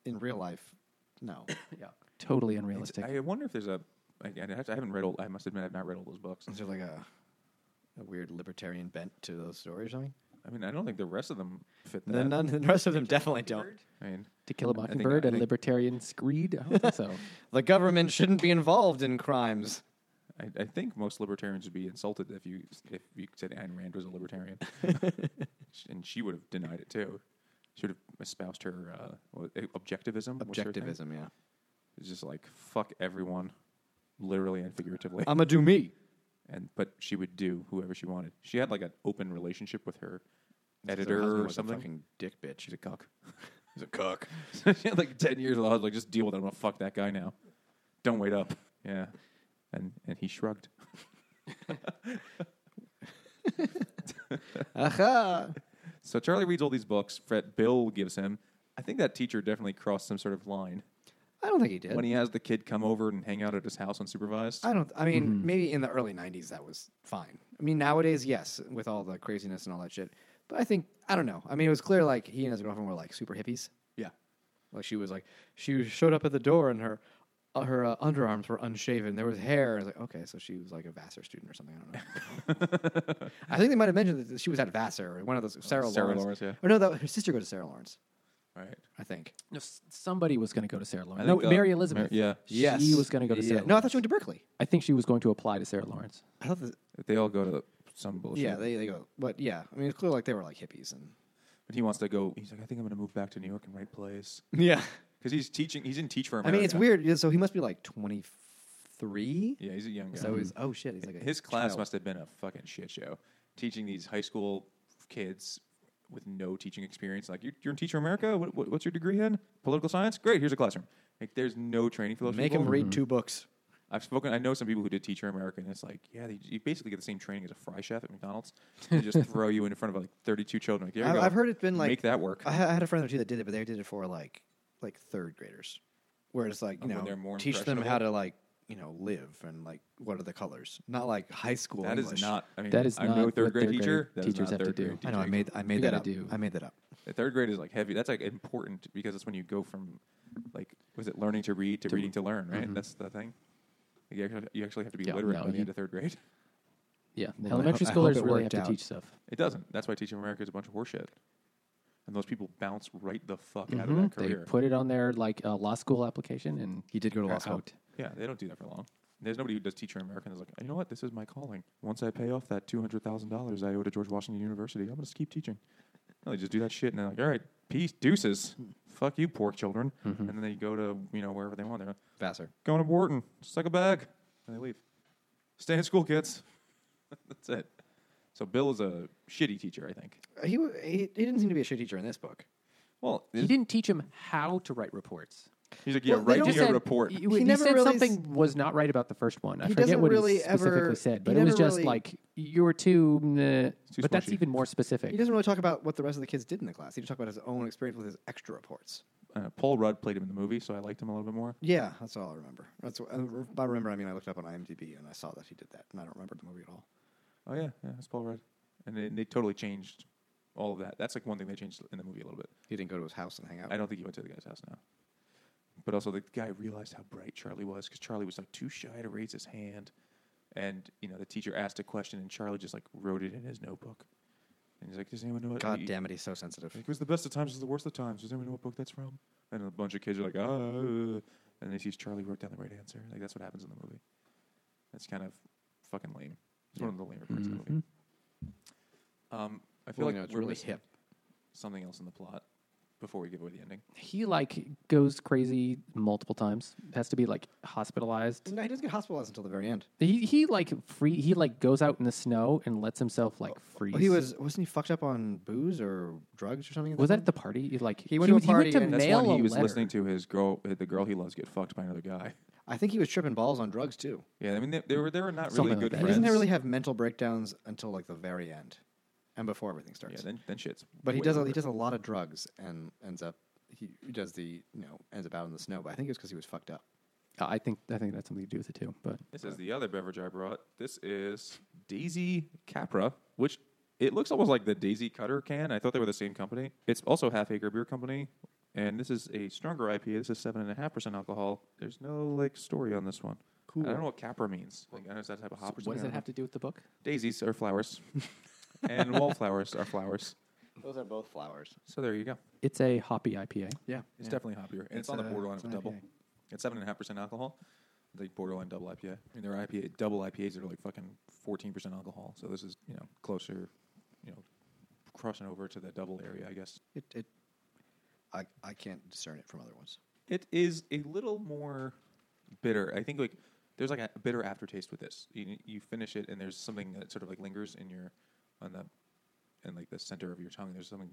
in real life, no.
Yeah. Totally unrealistic.
I wonder if there's a. I, I have to- I haven't read all. I must admit, I've not read all those books.
Is there like a, a weird libertarian bent to those stories or something?
I mean, I don't think the rest of them fit that.
The, none, the rest of them definitely don't.
I mean,
to Kill a
think-
Mockingbird,
I
a
think-
libertarian screed. I don't think so.
The government shouldn't be involved in crimes.
I, I think most libertarians would be insulted if you if you said Ayn Rand was a libertarian, and she would have denied it too. She would have espoused her uh, what- objectivism. was her thing?
Objectivism, yeah.
It's just like fuck everyone, literally and figuratively.
Um,
I'ma do me.
and but she would do whoever she wanted. She had like an open relationship with her
Her husband
editor or
was a
something.
fucking dick bitch.
She's a cuck.
He's a cuck.
she had like ten years old. I was like, just deal with it. I'm gonna fuck that guy now. Don't wait up. Yeah, and and he shrugged.
Aha!
So Charlie reads all these books. Fred Bill gives him. I think that teacher definitely crossed some sort of line
I don't think he did.
when he has the kid come over and hang out at his house unsupervised.
I don't. I mean, maybe in the early '90s that was fine. I mean, nowadays, yes, with all the craziness and all that shit. But I think I don't know. I mean, it was clear like he and his girlfriend were like super hippies.
yeah,
Like she was like she showed up at the door and her uh, her uh, underarms were unshaven. There was hair. I was like, okay, so she was like a Vassar student or something. I don't know. I think they might have mentioned that she was at Vassar or one of those Oh, Sarah,
Sarah
Lawrence.
Lawrence, yeah.
Or no, that, her sister goes to Sarah Lawrence.
right.
I think.
No, s- somebody was going to go to Sarah
I
Lawrence. No,
think, uh,
Mary Elizabeth.
Mar- yeah.
She was going to go to
Yeah.
Sarah
No, I
Lawrence.
thought she went to Berkeley.
I think she was going to apply to Sarah Lawrence.
I thought that,
They all go to some bullshit.
yeah, they, they go. But yeah, I mean, it's clear like they were like hippies and
but he wants to go. He's like, I think I'm going to move back to New York and write plays
yeah.
because he's teaching. He's in Teach for
I
America.
mean, it's weird. yeah, So he must be like 23.
Yeah, he's a young guy.
So he's oh shit, he's like a
His class
child.
must have been a fucking shit show, teaching these high school kids with no teaching experience. Like, you're, you're in Teacher America. What, what, what's your degree in? Political science. Great. Here's a classroom. Like, there's no training for those
make
people.
him read two books.
I've spoken. I know some people who did Teacher America, and it's like, yeah, they, you basically get the same training as a fry chef at McDonald's. They just throw you in front of like 32 children. Like, here you
I-
go.
I've heard it's been like
make that work.
I ha- I had a friend or two that did it, but they did it for like like third graders, where it's like you
Oh, when
know
they're more
teach them how
impressionable?
to like you know live and like what are the colors, not like high school.
that
English.
is not. I mean,
That is
I'm
not
no
what
third grade
third grade
teacher. That is
teachers
not
have to
third
do.
grade
I know. I
teaching.
made I made
You
that
gotta
up.
do-
I made that up.
The third grade is like heavy. That's like important because that's when you go from like was it learning to read to, reading to learn, right? That's the thing. Like, you, actually, you actually have to be
Mm-hmm. Yeah,
literate
no,
by the
you-
end of third grade.
Yeah.
Well, I
Elementary
hope- I hope
schoolers
it
really have
worked
to
out.
teach stuff.
It doesn't. That's why Teaching America is a bunch of horseshit. And those people bounce right the fuck out of that
Mm-hmm. They
career.
put it on their like uh, law school application, and
He did go to
they're
law school.
out.
yeah, they don't do that for long. There's nobody who does Teacher America and is like, you know what, this is my calling. Once I pay off that two hundred thousand dollars I owe to George Washington University, I'm gonna just keep teaching. No, they just do that shit and they're like, all right, peace, deuces, fuck you, poor children,
Mm-hmm.
and then they go to you know wherever they want. They're like,
Vassar.
going to Wharton, suck a bag, and they leave. Stay in school, kids. That's it. So Bill is a shitty teacher, I think.
Uh, He, wa- he he didn't seem to be a shit teacher in this book.
Well,
He didn't teach him how to write reports.
he's like, yeah,
Well, they
write
don't
me
Just
a
said-
report.
He,
He,
he
never
said
really
something was not right about the first one. I
He
forget
doesn't
what
really
he specifically
ever-
said,
he
but it was
never
just
really-
like you were too. meh,"
Too
but that's
squishy.
even more
He
specific.
doesn't really talk about what the rest of the kids did in the class. He just talked about his own experience with his extra reports.
uh, Paul Rudd played him in the movie, so I liked him a little bit more.
Yeah, that's all I remember. That's what, and by remember I mean I looked up on IMDb and I saw that he did that, and I don't remember the movie at all.
Oh yeah, yeah, that's Paul Rudd, and they, they totally changed all of that. That's like one thing they changed in the movie a little bit.
He didn't go to his house and hang out.
I don't think he went to the guy's house now. But also, the guy realized how bright Charlie was because Charlie was like too shy to raise his hand, and you know the teacher asked a question and Charlie just like wrote it in his notebook, and he's like, "Does anyone know what?"
God
he-
damn it, he's so sensitive.
Like, it was the best of times, is the worst of times. Does anyone know what book that's from? And a bunch of kids are like, ah, and they see Charlie wrote down the right answer. Like that's what happens in the movie. That's kind of fucking lame. It's one of the lamer parts of the movie. Um, I feel
Mm-hmm. Well,
like
you know, it's
we're
really
missing
hip.
Something else in the plot before we give away the ending.
He like goes crazy multiple times. Has to be like hospitalized.
No, he doesn't get hospitalized until the very end.
He he like free. He like goes out in the snow and lets himself like freeze.
he was wasn't he fucked up on booze or drugs or something?
Was that at the party? He, like
Mm-hmm. He went to a
was-
party
to
and-
That's
mail
when he
a
was
letter.
listening to his girl, uh, the girl he loves, get fucked by another guy.
I think he was tripping balls on drugs too.
Yeah, I mean they, they were they were not really
Something like
good
that.
He
friends.
doesn't really have mental breakdowns until like the very end. and before everything starts.
Yeah, then, then shit's.
But he
way
does a,
over.
he does a lot of drugs and ends up he does the you know ends up out in the snow. But I think it was because he was fucked up.
I think I think that's something to do with it too. But
This is the other beverage I brought. This is Daisy Capra, which it looks almost like the Daisy Cutter can. I thought they were the same company. It's also Half Acre Beer Company, and this is a stronger IPA. This is seven and a half percent alcohol. There's no like story on this one. Cool. I don't know what Capra means. Like, I know it's that type of hop. or
what does
something.
it have to do with the book?
Daisies are flowers, and wallflowers are flowers.
Those are both flowers.
So there you go.
It's a hoppy IPA.
Yeah,
It's definitely hoppier, and it's, on the
a-
borderline
it's
of a
an
double.
IPA.
It's seven and a half percent alcohol, like borderline double IPA. I mean, there are IPA double IPAs that are like fucking fourteen percent alcohol. So this is you know closer, you know, crossing over to the double area, I guess.
It, it I I can't discern it from other ones.
It is a little more bitter. I think like there's like a bitter aftertaste with this. You you finish it, and there's something that sort of like lingers in your on the in like the center of your tongue. There's something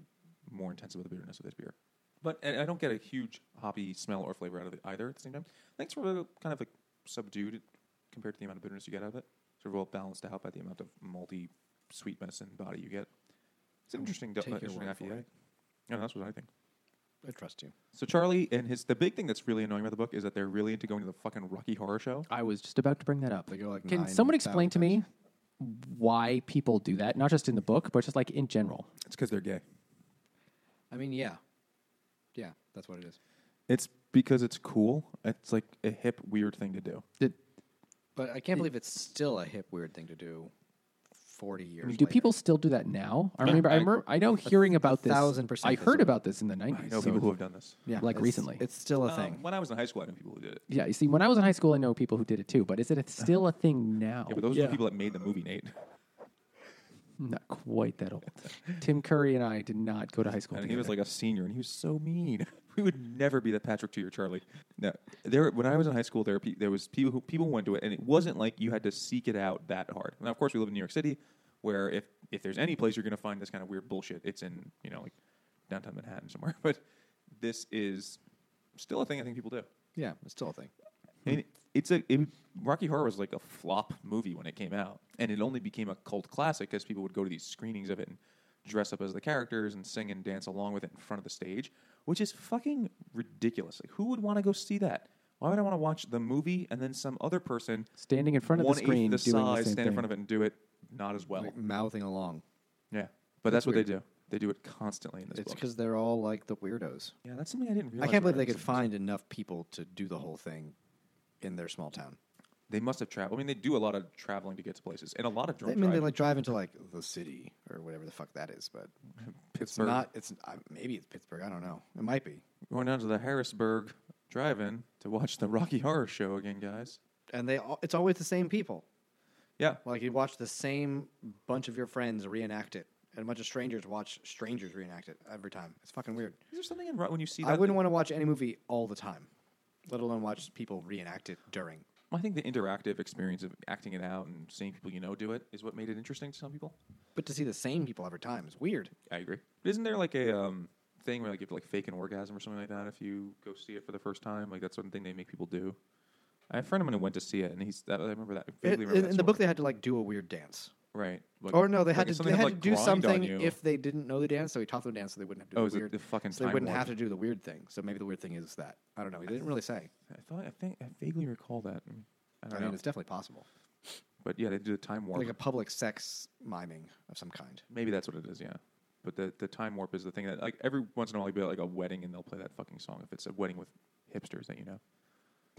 more intense about the bitterness of this beer. But and I don't get a huge hoppy smell or flavor out of it either. At the same time, I think it's sort of kind of like subdued compared to the amount of bitterness you get out of it. Sort of well balanced out by the amount of malty sweetness and body you get. It's an interesting, do-
Take your
interesting
word for
IPA.
it.
Yeah, that's what I think.
I trust you.
So Charlie and his the big thing that's really annoying about the book is that they're really into going to the fucking Rocky Horror Show.
I was just about to bring that up.
They go like
Can
nine
someone explain to
thousand
me why people do that? Not just in the book, but just like in general.
It's because they're gay.
I mean, yeah, yeah, that's what it is.
It's because it's cool. It's like a hip, weird thing to do.
Did,
But I can't believe it's still a hip weird thing to do. Forty years.
do
later.
people still do that now? I remember. I,
I-
remember, I know hearing about this.
thousand percent
I
that's
heard
what-
about this in the
I
nineties.
know people who have done this. Um,
yeah, like
It's-
recently.
It's still a thing.
when I was in high school, I knew people who did it.
yeah, you see, when I was in high school, I know people who did it too. But is it a- still a thing now?
Yeah, but those are
Yeah.
the people that made the movie, Nate.
I'm not quite that old. Tim Curry and I did not go to high school.
And he was
together.
like a senior, and he was so mean. We would never be the Patrick to your Charlie. No, there. When I was in high school, there were pe- there was people who people went to it, and it wasn't like you had to seek it out that hard. Now, of course, we live in New York City, where if if there's any place you're going to find this kind of weird bullshit, it's in you know like downtown Manhattan somewhere. But this is still a thing I think people do.
Yeah, it's still a thing.
And it- it's a it, Rocky Horror was like a flop movie when it came out, and it only became a cult classic because people would go to these screenings of it and dress up as the characters and sing and dance along with it in front of the stage, which is fucking ridiculous. Like, who would want to go see that? Why would I want to watch the movie and then some other person
standing in front of the
one-eighth
screen,
the
doing the
size
same
stand
thing.
in front of it and do it not as well?
Like mm, mouthing along.
Yeah, but that's, what they do. They do it constantly in this
It's
book.
because they're all like the weirdos.
Yeah, that's something I didn't
I
realize.
can't believe
about
they
it.
could find enough people to do the whole thing in their small town.
They must have traveled. I mean, they do a lot of traveling to get to places and a lot of
I
drunk
mean, they
driving.
like drive into like the city or whatever the fuck that is, but it's
Pittsburgh.
not. It's I- maybe it's Pittsburgh. I don't know. It might be.
Going down to the Harrisburg Drive-In to watch the Rocky Horror Show again, guys.
And they all, it's always the same people.
Yeah,
Like you watch the same bunch of your friends reenact it, and a bunch of strangers watch strangers reenact it every time. It's fucking weird.
is there something in Ro- when you see that?
I wouldn't want to watch any movie all the time, let alone watch people reenact it during.
I think the interactive experience of acting it out and seeing people you know do it is what made it interesting to some people.
But to see the same people every time is weird.
I agree. But isn't there like a um, thing where like if like fake an orgasm or something like that if you go see it for the first time? Like that's one thing they make people do. I have a friend of mine who went to see it, and he's that, I remember that. I vaguely
It-
remember
in
that
in the book,
story.
they had to like do a weird dance.
right? Like-
Or no, they
like,
had
if
to
something
they had to
like,
do
grind on
something
you-
if they didn't know the dance. So he taught them the dance, so they wouldn't have to do
Oh,
the
is it
weird.
the fucking
so they
time
wouldn't
warp?
have to do the weird thing. So maybe the weird thing is that I don't know. He didn't really say.
I thought I think I vaguely recall that. I
I
don't
mean,
know,
it's definitely possible,
but yeah, they do the time warp.
like a public sex miming of some kind.
Maybe that's what it is, yeah. But the, the time warp is the thing that like every once in a while you'll be at like a wedding and they'll play that fucking song if it's a wedding with hipsters that you know.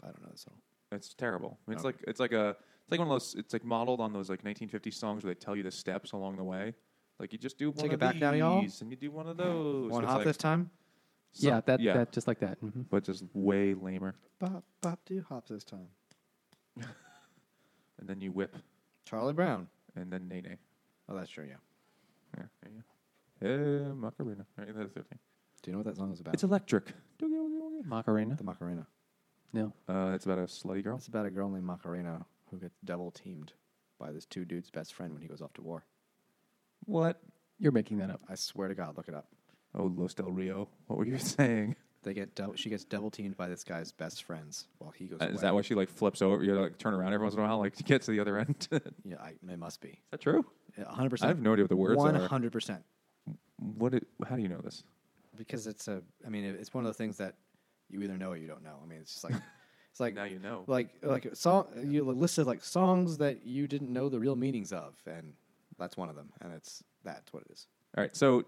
I don't know. So
It's terrible. I mean, It's like it's like a it's like one of those it's like modeled on those like 1950s songs where they tell you the steps along the way. Like you just do one
Take
of
it back
these
down, y'all.
and you do one of those.
one
It's
hop
like
this time.
some-
yeah, that, that just like that. Mhm.
but just way lamer.
Bop bop do hops this time.
And then you whip
Charlie Brown.
and then nay nay.
Oh, that's true. Yeah.
Yeah, there you go. Hey, Macarena. Right, that's the thing.
Do you know what that song is about?
It's electric.
Macarena?
the Macarena.
No.
Uh, it's about a slutty girl.
It's about a girl named Macarena who gets double teamed by this two dude's best friend when he goes off to war.
What?
You're making that up.
I swear to God, look it up.
Oh, Los Del Rio. What were you saying?
They get dou- she gets double teamed by this guy's best friends while he goes.
Uh,
away.
Is that why she like flips over? You like turn around every once in a while, like to get to the other end. is
Yeah, I, it must be.
that true?
100. percent
I have no idea what the words
One
are.
hundred percent,
What? It, how do you know this?
because it's a. I mean, it's one of the things that you either know or you don't know. I mean, it's just like it's like
Now you know.
Like like song you listed like songs that you didn't know the real meanings of, and that's one of them. And it's that's what it is.
All right, so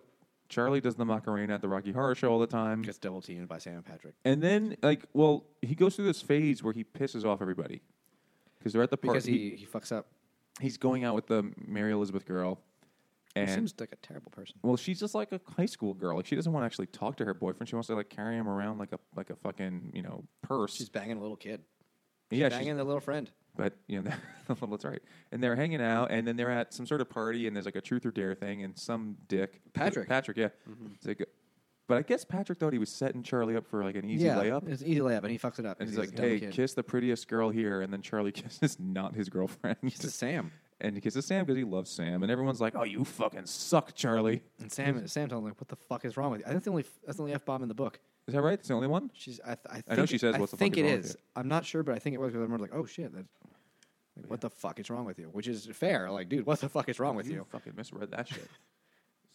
Charlie does the Macarena at the Rocky Horror Show all the time.
Gets double teamed by Sam and Patrick.
And then, like, well, he goes through this phase where he pisses off everybody because they're at the party.
Because he, he fucks up.
he's going out with the Mary Elizabeth girl, and
He seems like a terrible person.
well, she's just like a high school girl. Like, she doesn't want to actually talk to her boyfriend. She wants to like carry him around like a like a fucking you know purse.
She's banging a little kid.
yeah, she's-
banging the little friend.
but you know that's right. And they're hanging out, and then they're at some sort of party, and there's like a truth or dare thing, and some dick
Patrick. Mm-hmm.
Patrick, yeah. It's like, but I guess Patrick thought he was setting Charlie up for like an easy layup.
It's an easy layup, and he fucks it up.
And he's,
because
like,
a dumb
"Hey,
kid.
kiss the prettiest girl here," and then Charlie kisses not his girlfriend,
It's a Sam.
and he kisses Sam because he loves Sam, and everyone's like, "Oh, you fucking suck, Charlie."
And Sam, Sam tells him, like, what the fuck is wrong with you? I think the only, that's the only F bomb in the book.
Is that right? It's the only one.
She's, I, th- I, think,
know she says,
I
"What the fuck
think
is
it
wrong with
is. I'm not sure, but I think it was because I remember, like, oh shit, that, like, what the fuck is wrong with you? Which is fair. Like, dude, what the fuck is wrong with you?
fucking misread that shit.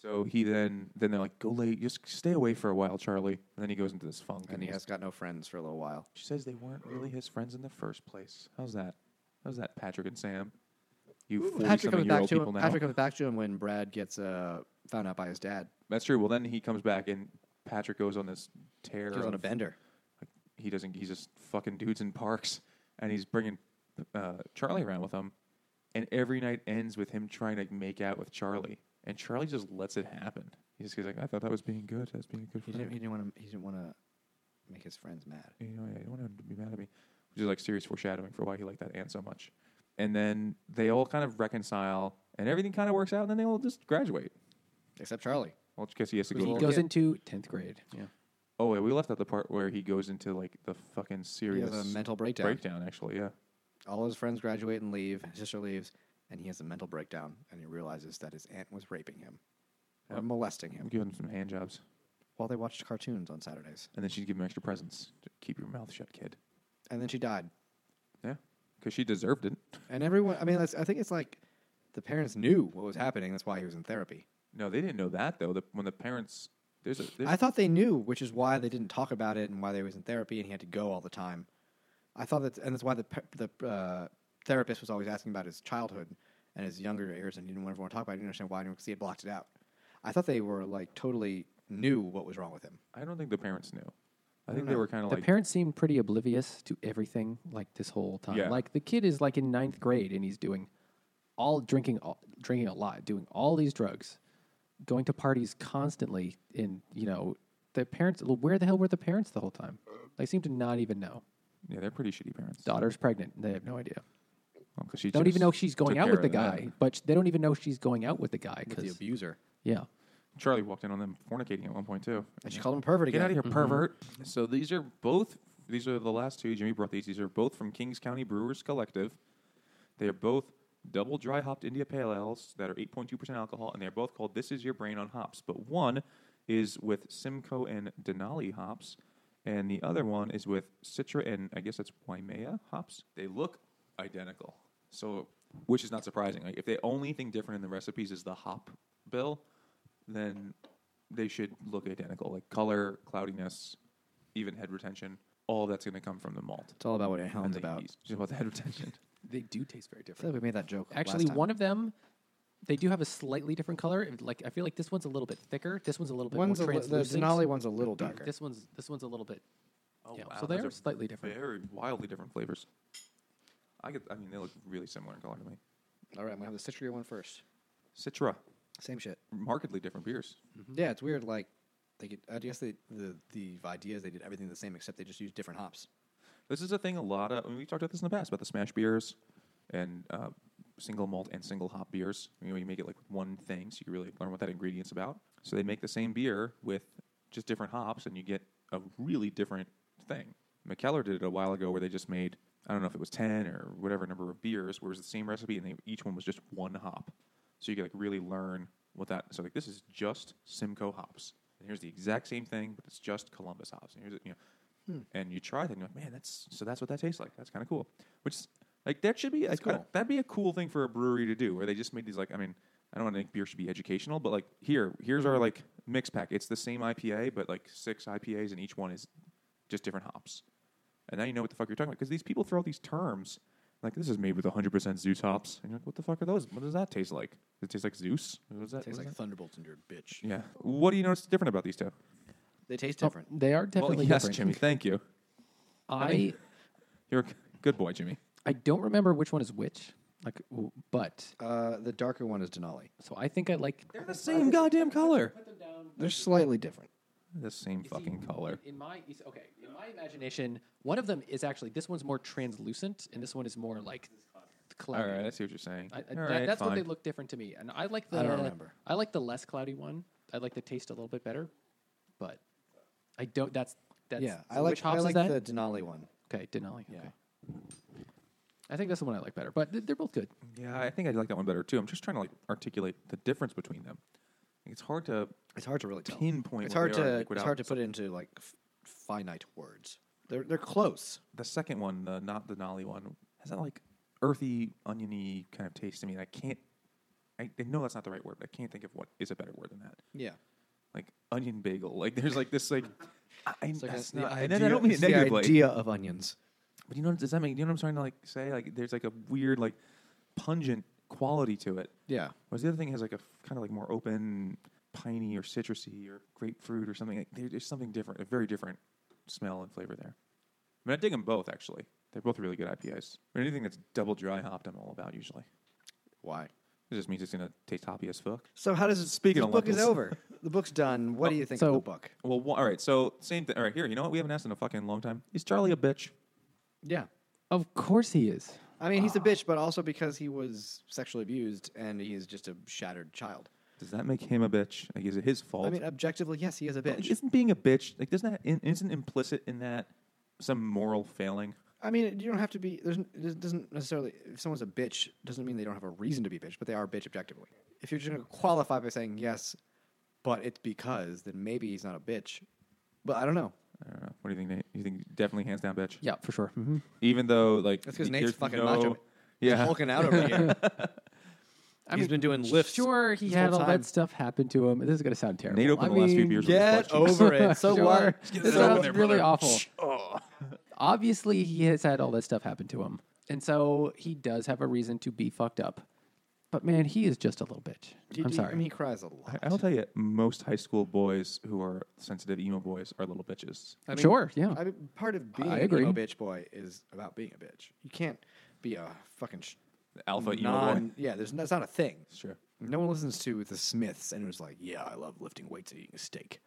so he then then they're like, "Go lay, just stay away for a while, Charlie." And then he goes into this funk,
And he
he's-
has got no friends for a little while.
She says they weren't really his friends in the first place. How's that? How's that, Patrick and Sam? You
Patrick comes back
forty-something-year-old
to
people
him.
now.
Patrick comes back to him when Brad gets uh, found out by his dad.
That's true. Well, then he comes back and Patrick goes on this tear.
He was on a
of-
bender.
Like, he doesn't. He's just fucking dudes in parks, and he's bringing uh, Charlie around with him. And every night ends with him trying to make out with Charlie, and Charlie just lets it happen. He's, he's like, I thought that was being good. That's being a good
He
friend.
didn't. He didn't want to. He didn't want to make his friends mad.
you know, I don't want him to be mad at me, which is like serious foreshadowing for why he liked that ant so much. And then they all kind of reconcile, and everything kind of works out, and then they all just graduate.
Except Charlie.
Well, because he has to go.
He
to-
goes
kid.
into tenth grade. Yeah.
oh wait, we left out the part where he goes into like the fucking
He
serious
has a mental breakdown.
breakdown. Actually, yeah.
All his friends graduate and leave. His sister leaves, and he has a mental breakdown, and he realizes that his aunt was raping him, or molesting
I'm
him,
giving him some hand jobs,
while they watched cartoons on Saturdays.
and then she'd give him extra presents. Keep your mouth shut, kid.
And then she died.
Yeah, because she deserved it.
And everyone. I mean, that's, I think it's like the parents knew what was happening. That's why he was in therapy.
No, they didn't know that though. The, when the parents, there's a there's
I thought they knew, which is why they didn't talk about it and why they was in therapy and he had to go all the time. I thought that, and that's why the pe- the uh, therapist was always asking about his childhood and his younger years, and he didn't want everyone to talk about. it. He didn't understand why, because he had blocked it out. I thought they were like totally knew what was wrong with him.
I don't think the parents knew. I, think they were kind of
The
like
parents seem pretty oblivious to everything like this whole time.
Yeah.
Like the kid is like in ninth grade and he's doing all drinking, all, drinking a lot, doing all these drugs, going to parties constantly. In you know, the parents. Where the hell were the parents the whole time? They seem to not even know.
yeah, they're pretty shitty parents.
Daughter's pregnant. They have no idea.
Well, 'cause she
Don't
just
even know she's going
took
out with the
care of
guy,
that.
but they don't even know she's going out with the guy.
The
'cause-
abuser,
yeah,
Charlie walked in on them fornicating at one point too.
and she called him a pervert
Get
again.
out of here, pervert! So these are both. These are the last two. Jimmy brought these. These are both from Kings County Brewers Collective. They are both double dry hopped India Pale Ales that are 8.2 percent alcohol, and they're both called "This Is Your Brain on Hops." But one is with Simcoe and Denali hops, and the other one is with Citra and I guess that's Waimea hops. They look identical, so which is not surprising. Like if the only thing different in the recipes is the hop bill, then they should look identical, like color, cloudiness, even head retention. All that's going to come from the malt.
It's all about what Aunt
And
Helen's
the
about.
yeast. It's about the head retention.
they do taste very
I
different.
feel like we made that joke.
Actually,
last time.
one of them, they do have a slightly different color. It- Like I feel like this one's a little bit thicker. This one's a little bit
one's a
more
li- the
translucent.
Denali one's a little darker.
This one's this one's a little bit.
Oh,
yeah.
wow,
So
those
they're
are
slightly different.
Very wildly different flavors. I get. I mean, they look really similar in color to me.
all right, I'm gonna have the Citria one first.
Citra,
Same shit.
markedly different beers.
Hmm.
Yeah, it's weird. Like they could, I guess they, the the idea is they did everything the same except they just used different hops.
This is a thing a lot of. I mean, we talked about this in the past about the smash beers and uh, single malt and single hop beers. You know, you make it like with one thing, so you really learn what that ingredient's about. So they make the same beer with just different hops, and you get a really different thing. McKellar did it a while ago where they just made, I don't know if it was 10 or whatever number of beers, where it was the same recipe, and they, each one was just one hop. So you could like really learn what that. So like this is just Simcoe hops, and here's the exact same thing, but it's just Columbus hops. And here's it, you know, and you try that, and you're like, man, that's so that's what that tastes like. That's kind of cool. Which is- like that should be like,
cool.
that'd be a cool thing for a brewery to do, where they just made these like, I mean, I don't think beer should be educational, but like here, here's our like mix pack. It's the same IPA, but like six IPAs, and each one is just different hops. And now you know what the fuck you're talking about because these people throw out these terms like this is made with 100% Zeus hops, and you're like, what the fuck are those? What does that taste like? Does it taste like Zeus? What does that
Tastes
what is
like
that?
Thunderbolts in your bitch.
Yeah. What do you notice different about these two?
They taste different.
Oh.
They are definitely
well, yes,
different.
Jimmy. Thank you.
I
You're a g- good boy, Jimmy.
I don't remember which one is which. Like, w- but
Uh, the darker one is Denali.
so I think I like
They're the same goddamn color.
They're slightly different.
The same fucking color.
In my is- okay, in my imagination, one of them is actually this one's more translucent, and this one is more like
All
cloudy.
right, I see what you're saying.
I- I-
All
that-
right,
that's what they
fine.
look different to me, and I like the.
I don't remember.
I like the less cloudy one. I like the taste a little bit better, but I don't. That's that's
Yeah, I
so
like
which hops
I like
is that?
the Denali one.
okay, Denali. Okay. I think that's the one I like better, but th- they're both good.
Yeah, I think I like that one better too. I'm just trying to like articulate the difference between them. It's hard to
It's hard to really tell.
pinpoint.
It's
what
hard
they are
to
liquid
it's
out.
hard to put it into like f- finite words. They're they're close.
The second one, the not the Denali one, has that like earthy, oniony kind of taste to me. And I can't. I, I know that's not the right word, but I can't think of what is a better word than that.
Yeah.
Like onion bagel. Like there's like this like. I, I-
Like
that's
the
not,
idea-
and then I don't mean it
it's the
negatively.
idea of onions.
But you know, does that make you know what I'm trying to like say? Like, there's like a weird, like, pungent quality to it.
Yeah.
Whereas the other thing has like a kind of like more open, piney or citrusy or grapefruit or something. Like, there- there's something different, a very different smell and flavor there. I mean, I dig them both actually. They're both really good IPAs. I mean, anything that's double dry hopped, I'm all about usually.
Why?
It just means it's gonna taste hoppy as fuck.
So how does it?
Speaking
the
of
book is
lentils. Oh,
over. The book's done. What do you think
so-
of the book?
Well, wha- all right. So same thing. All right, here. You know what? We haven't asked in a fucking long time. Is Charlie a bitch?
Yeah.
Of course he is.
I mean, he's a bitch, but also because he was sexually abused and he is just a shattered child.
Does that make him a bitch? Like, is it his fault?
I mean, objectively, yes, he is a
Like,
bitch.
Isn't being a bitch like doesn't that in, isn't implicit in that some moral failing?
I mean, you don't have to be. There's, it doesn't necessarily. If someone's a bitch, doesn't mean they don't have a reason to be a bitch, but they are a bitch objectively. If you're just going to qualify by saying yes, but it's because, then maybe he's not a bitch. But I don't know.
I don't know. What do you think? Nate? You think definitely hands down bitch?
Yeah, for sure. Mm-hmm.
Even though like
That's because
the-
Nate's
there's
fucking
no-
macho. He's
Yeah.
hulking out over here. He's been doing lifts.
Sure, he
this
had
whole
all
time.
that stuff happen to him. This is going to sound terrible.
Nate opened
I
the last few
mean,
beers with his
Get
butt cheeks.
over it. So
Sure.
what?
This
that out
sounds
there,
really
brother.
awful.
Oh.
Obviously, he has had all that stuff happen to him, and so he does have a reason to be fucked up. But man, he is just a little bitch.
He-
I'm
he-
sorry.
I mean, he cries a lot.
I- I'll tell you, most high school boys who are sensitive emo boys are little bitches.
I mean,
Sure, yeah.
I mean, part of being
I
a
agree.
emo bitch boy is about being a bitch. You can't be a fucking sh-
Alpha emo boy. Mm-hmm.
non. Yeah, there's that's not a thing.
Sure.
No one listens to the Smiths and was like, "Yeah, I love lifting weights and eating steak."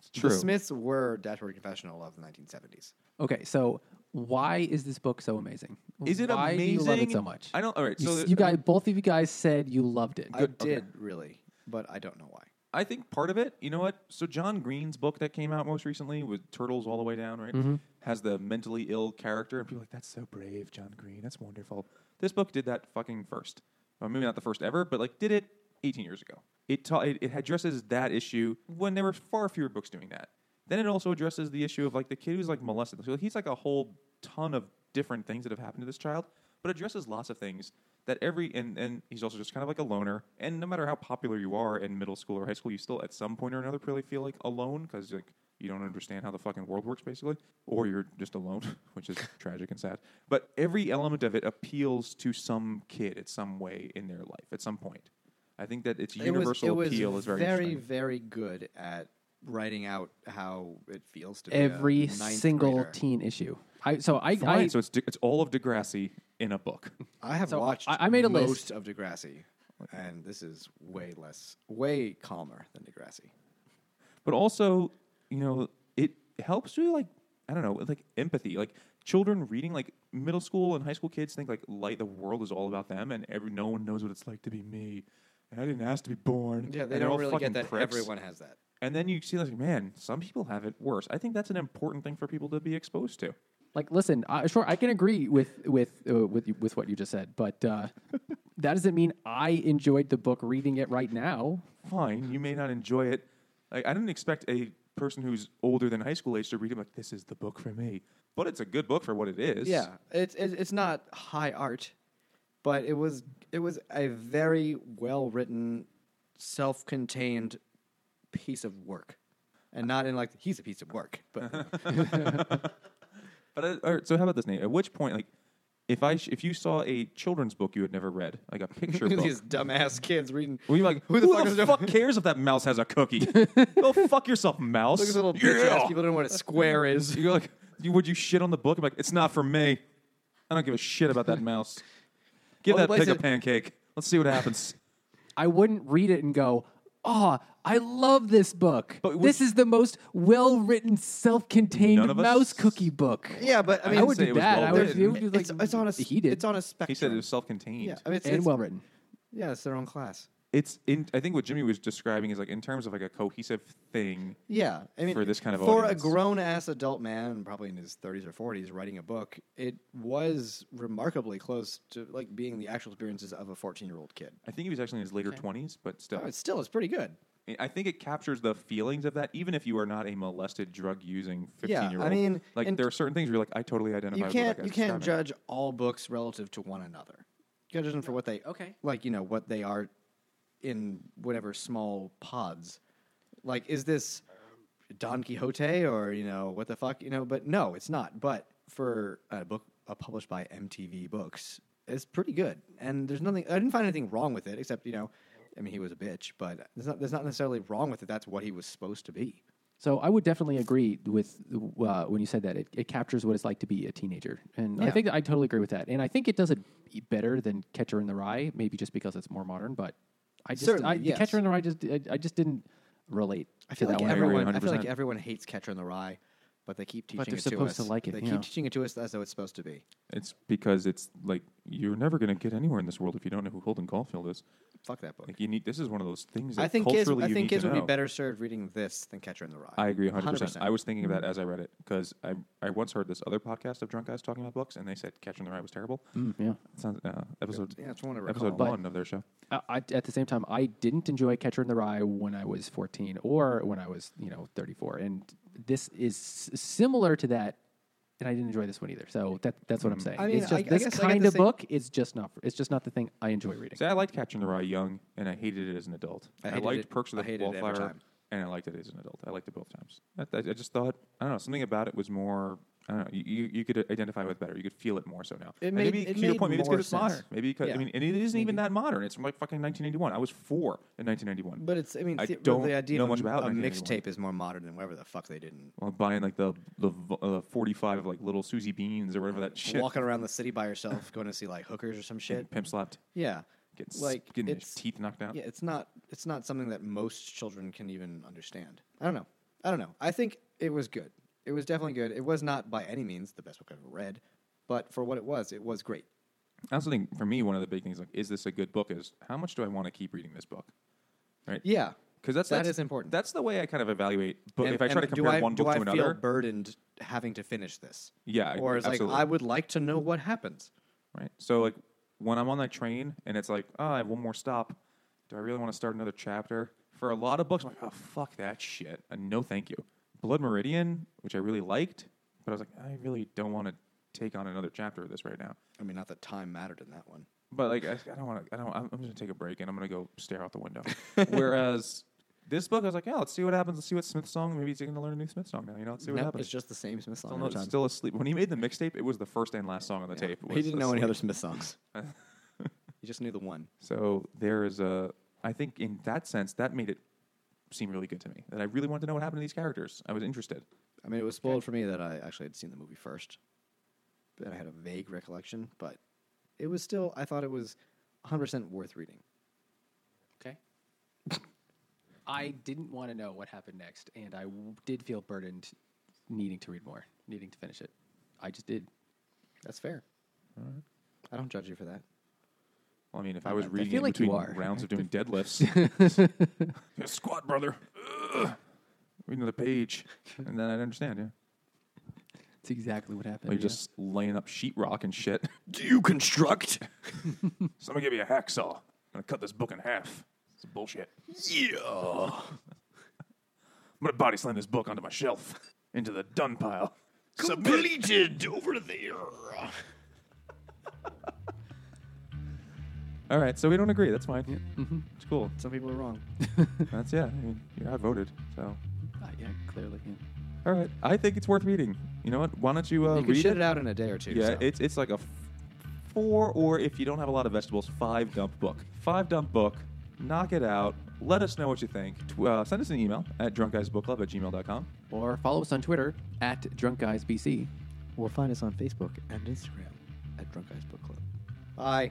It's true.
The Smiths were Dashboard Confessional of the 1970s.
okay, so why is this book so amazing?
is it
why
amazing?
do you love it so much?
I don't. All right.
You,
So
s-
the-
you guys, both of you guys said you loved it.
I did really, but I don't know why.
I think part of it, you know what? So John Green's book that came out most recently with Turtles All the Way Down, right?
Mm-hmm.
Has the mentally ill character, and people are like, that's so brave, John Green. That's wonderful. This book did that fucking first. Well, maybe not the first ever, but like did it 18 years ago. It, ta- it it addresses that issue when there were far fewer books doing that. Then it also addresses the issue of like the kid who's like molested. So he's like a whole ton of different things that have happened to this child, but addresses lots of things that every and and he's also just kind of like a loner. And no matter how popular you are in middle school or high school, you still at some point or another probably feel like alone because like you don't understand how the fucking world works basically, or you're just alone, which is tragic and sad. But every element of it appeals to some kid at some way in their life at some point. I think that its universal
it was,
appeal is very
very,
interesting.
very good at writing out how it feels to be
Every
a ninth
single
grader.
teen issue. I so I I,
Fine, so it's De- it's all of Degrassi in a book.
I have watched.
I- I made a
most
list.
of Degrassi, and this is way less, way calmer than Degrassi.
but also you know it helps you like i don't know with, like empathy like children reading like middle school and high school kids think like light the world is all about them and every no one knows what it's like to be me and i didn't ask to be born
Yeah,
and
they
they're all
don't really
fucking
get that.
pricks.
Everyone has that.
and then you see like man some people have it worse i think that's an important thing for people to be exposed to
like listen I, sure i can agree with with uh, with you- with what you just said but uh, that doesn't mean i enjoyed the book reading it right now
fine you may not enjoy it like, i didn't expect a person who's older than high school age to read it like this is the book for me but it's a good book for what it is
Yeah, it's it's it's not high art, but it was It was a very well written, self contained piece of work. And not in like, he's a piece of work, but
But uh, all right, so how about this, Nate? At which point, like, if I sh- if you saw a children's book you had never read, like a picture book,
these dumbass kids reading.
well, you're like, who the fuck, cares if that mouse has a cookie? Go fuck yourself, mouse.
Look at the little bitch ass
yeah.
people don't know what a square is.
You're like, you, would you shit on the book? I'm like, it's not for me. I don't give a shit about that mouse. Give that
Well, the place
pig a
that-
pancake. Let's see what happens.
I wouldn't read it and go, "Ah, I love this book.
But would-
this is the most well-written,
None
self-contained
of us-
mouse cookie book."
Yeah, but I mean,
I
didn't
would
say
do
it was
that. I would,
well-written.
it would be like,
it's, it's on a
heated
It's on a
he
spectrum.
said it was self-contained.
yeah, I mean, it's,
and
it's-
well-written.
yeah, it's their own class.
It's in. I think what Jimmy was describing is like in terms of like a cohesive thing.
Yeah, I mean,
For this kind of
for
audience.
a grown ass adult man, probably in his thirties or forties, writing a book, it was remarkably close to like being the actual experiences of a fourteen year old kid.
I think he was actually in his later twenties, but still,
Oh, it's still, it's pretty good.
I think it captures the feelings of that, even if you are not a molested, drug-using
Yeah, I
fifteen-year-old.
mean,
like
and-
there are certain things where you're like, I totally identify.
You
with
can't
that
you can't judge all books relative to one another. You gotta judge them for what they
Okay.
like you know what they are in whatever small pods. Like, is this Don Quixote or you know what the fuck you know? But no, it's not. But for a book uh, published by MTV Books, it's pretty good. And there's nothing. I didn't find anything wrong with it except you know, I mean, he was a bitch, but there's not there's not necessarily wrong with it. That's what he was supposed to be.
So I would definitely agree with uh, when you said that it, it captures what it's like to be a teenager, and I think I totally agree with that. And I think it does it e, better than Catcher in the Rye, maybe just because it's more modern. But I just
Certainly,
I,
yes.
Catcher in the Rye just I, I just didn't relate
I
to
feel
that
like
one.
every-
everyone. I, feel
100%.
like everyone hates Catcher in the Rye, but they keep teaching
they're
it to us.
supposed to like it,
They
yeah.
keep teaching it to us as though it's supposed to be.
It's because it's like you're never going to get anywhere in this world if you don't know who Holden Caulfield is.
Fuck that book.
Like you need. This is one of those things. That
I think kids.
culturally
I
you
think
need
kids
to
would be
know.
better served reading this than Catcher in the Rye.
I agree 100%.
100%.
I was thinking of that
Mm-hmm.
as I read it because I, I once heard this other podcast of drunk guys talking about books and they said Catcher in the Rye was terrible.
Mm, yeah.
It sounds, uh, episode
Yeah, it's one I
episode
recall.
one of their show.
Uh, I, I- at the same time, I didn't enjoy Catcher in the Rye when I was 14 or when I was, you know, 34. And this is s- similar to that. And I didn't enjoy this one either. So that, that's what I'm saying.
Mm-hmm. I mean,
it's just,
I- I
this
guess I get
kind
the
of
same-
book is just not, it's just not the thing I enjoy reading.
See, I liked Catcher in the Rye young and I hated it as an adult.
I
I,
hated
liked
it-
Perks of
I
the
hated it every
Wallflower
time.
and I liked it as an adult. I liked it both times. I, I, I just thought, I don't know, something about it was more. I don't know. You, you, you could identify with better. You could feel it more so now.
It
And
made-
maybe
it
to your
made
point, maybe it's
more
because it's modern.
sense.
Maybe because
Yeah.
I mean, and it isn't even that modern. It's from like fucking 1991. I was four in 1991.
But it's. I mean,
I
the,
don't
the idea
know
of a-
much about
a
1981.
mixtape is more modern than whatever the fuck they did. in
Well, buying like the the v- uh, forty five of like little Susie Beans or whatever that shit.
Walking around the city by yourself, going to see like hookers or some shit.
Pimp slapped.
Yeah,
Getting, s-
like
getting his
it's
teeth knocked out.
yeah, it's not it's not something that most children can even understand. I don't know. I don't know. I think it was good. It was definitely good. It was not by any means the best book I've ever read, but for what it was, it was great.
I also think for me one of the big things like is this a good book is how much do I want to keep reading this book, right?
Yeah,
because that's
That
that's,
is important.
That's the way I kind of evaluate. But
And-
if I try
and
to
do
compare
I-
one
do
book
I
to
feel
another,
burdened having to finish this.
Yeah, I-
or it's like
absolutely.
I would like to know what happens.
right? So like when I'm on that train and it's like oh I have one more stop, do I really want to start another chapter? For a lot of books, I'm like oh fuck that shit, and no thank you. Blood Meridian, which I really liked, but I was like I really don't want to take on another chapter of this right now.
I mean, not that time mattered in that one.
But like, I, I don't want to. I don't. I'm, I'm going to take a break and I'm going to go stare out the window. Whereas this book, I was like, yeah, let's see what happens. Let's see what Smith song. Maybe he's going to learn a new Smith song now. You know, let's see what
No,
happens.
it's just the same Smith song.
still, no,
every time.
still asleep. When he made the mixtape, it was the first and last song on the tape. It
he
was
didn't know any
Asleep.
other Smith songs. he just knew the one.
So there is a. I think in that sense, that made it seem really good to me. That I really wanted to know what happened to these characters. I was interested.
I mean, it was spoiled for me that I actually had seen the movie first, and I had a vague recollection. But it was still, I thought it was 100 percent worth reading.
Okay. I didn't want to know what happened next. And I w- did feel burdened needing to read more, needing to finish it. I just did.
That's fair. I don't judge you for that.
Well, I mean, if I was
I
reading
feel
in
like you
between
are.
rounds of doing deadlifts, Yeah, squat, brother. Ugh. Read another page, and then I'd understand. Yeah.
It's exactly what happened.
Like just laying up sheetrock and shit.
Do you construct?
Somebody give me a hacksaw. I'm gonna cut this book in half. It's bullshit.
Yeah.
I'm gonna body slam this book onto my shelf into the dun pile.
Completed over there.
All right, so we don't agree. That's fine.
Mm-hmm.
It's cool.
Some people are wrong.
That's yeah. I mean, yeah, I voted. So,
Uh, yeah, clearly. yeah.
all right. I think it's worth reading. You know what? Why don't you, uh,
you can
read
shit it out in a day or two.
Yeah,
so.
it's it's like a f- four, or if you don't have a lot of vegetables, five dump book. Five dump book. Knock it out. Let us know what you think. Tw- uh, send us an email at drunkguysbookclub at gmail.com.
Or follow us on Twitter at DrunkGuysBC.
Or find us on Facebook and Instagram at Drunk Eyes Book Club. Bye.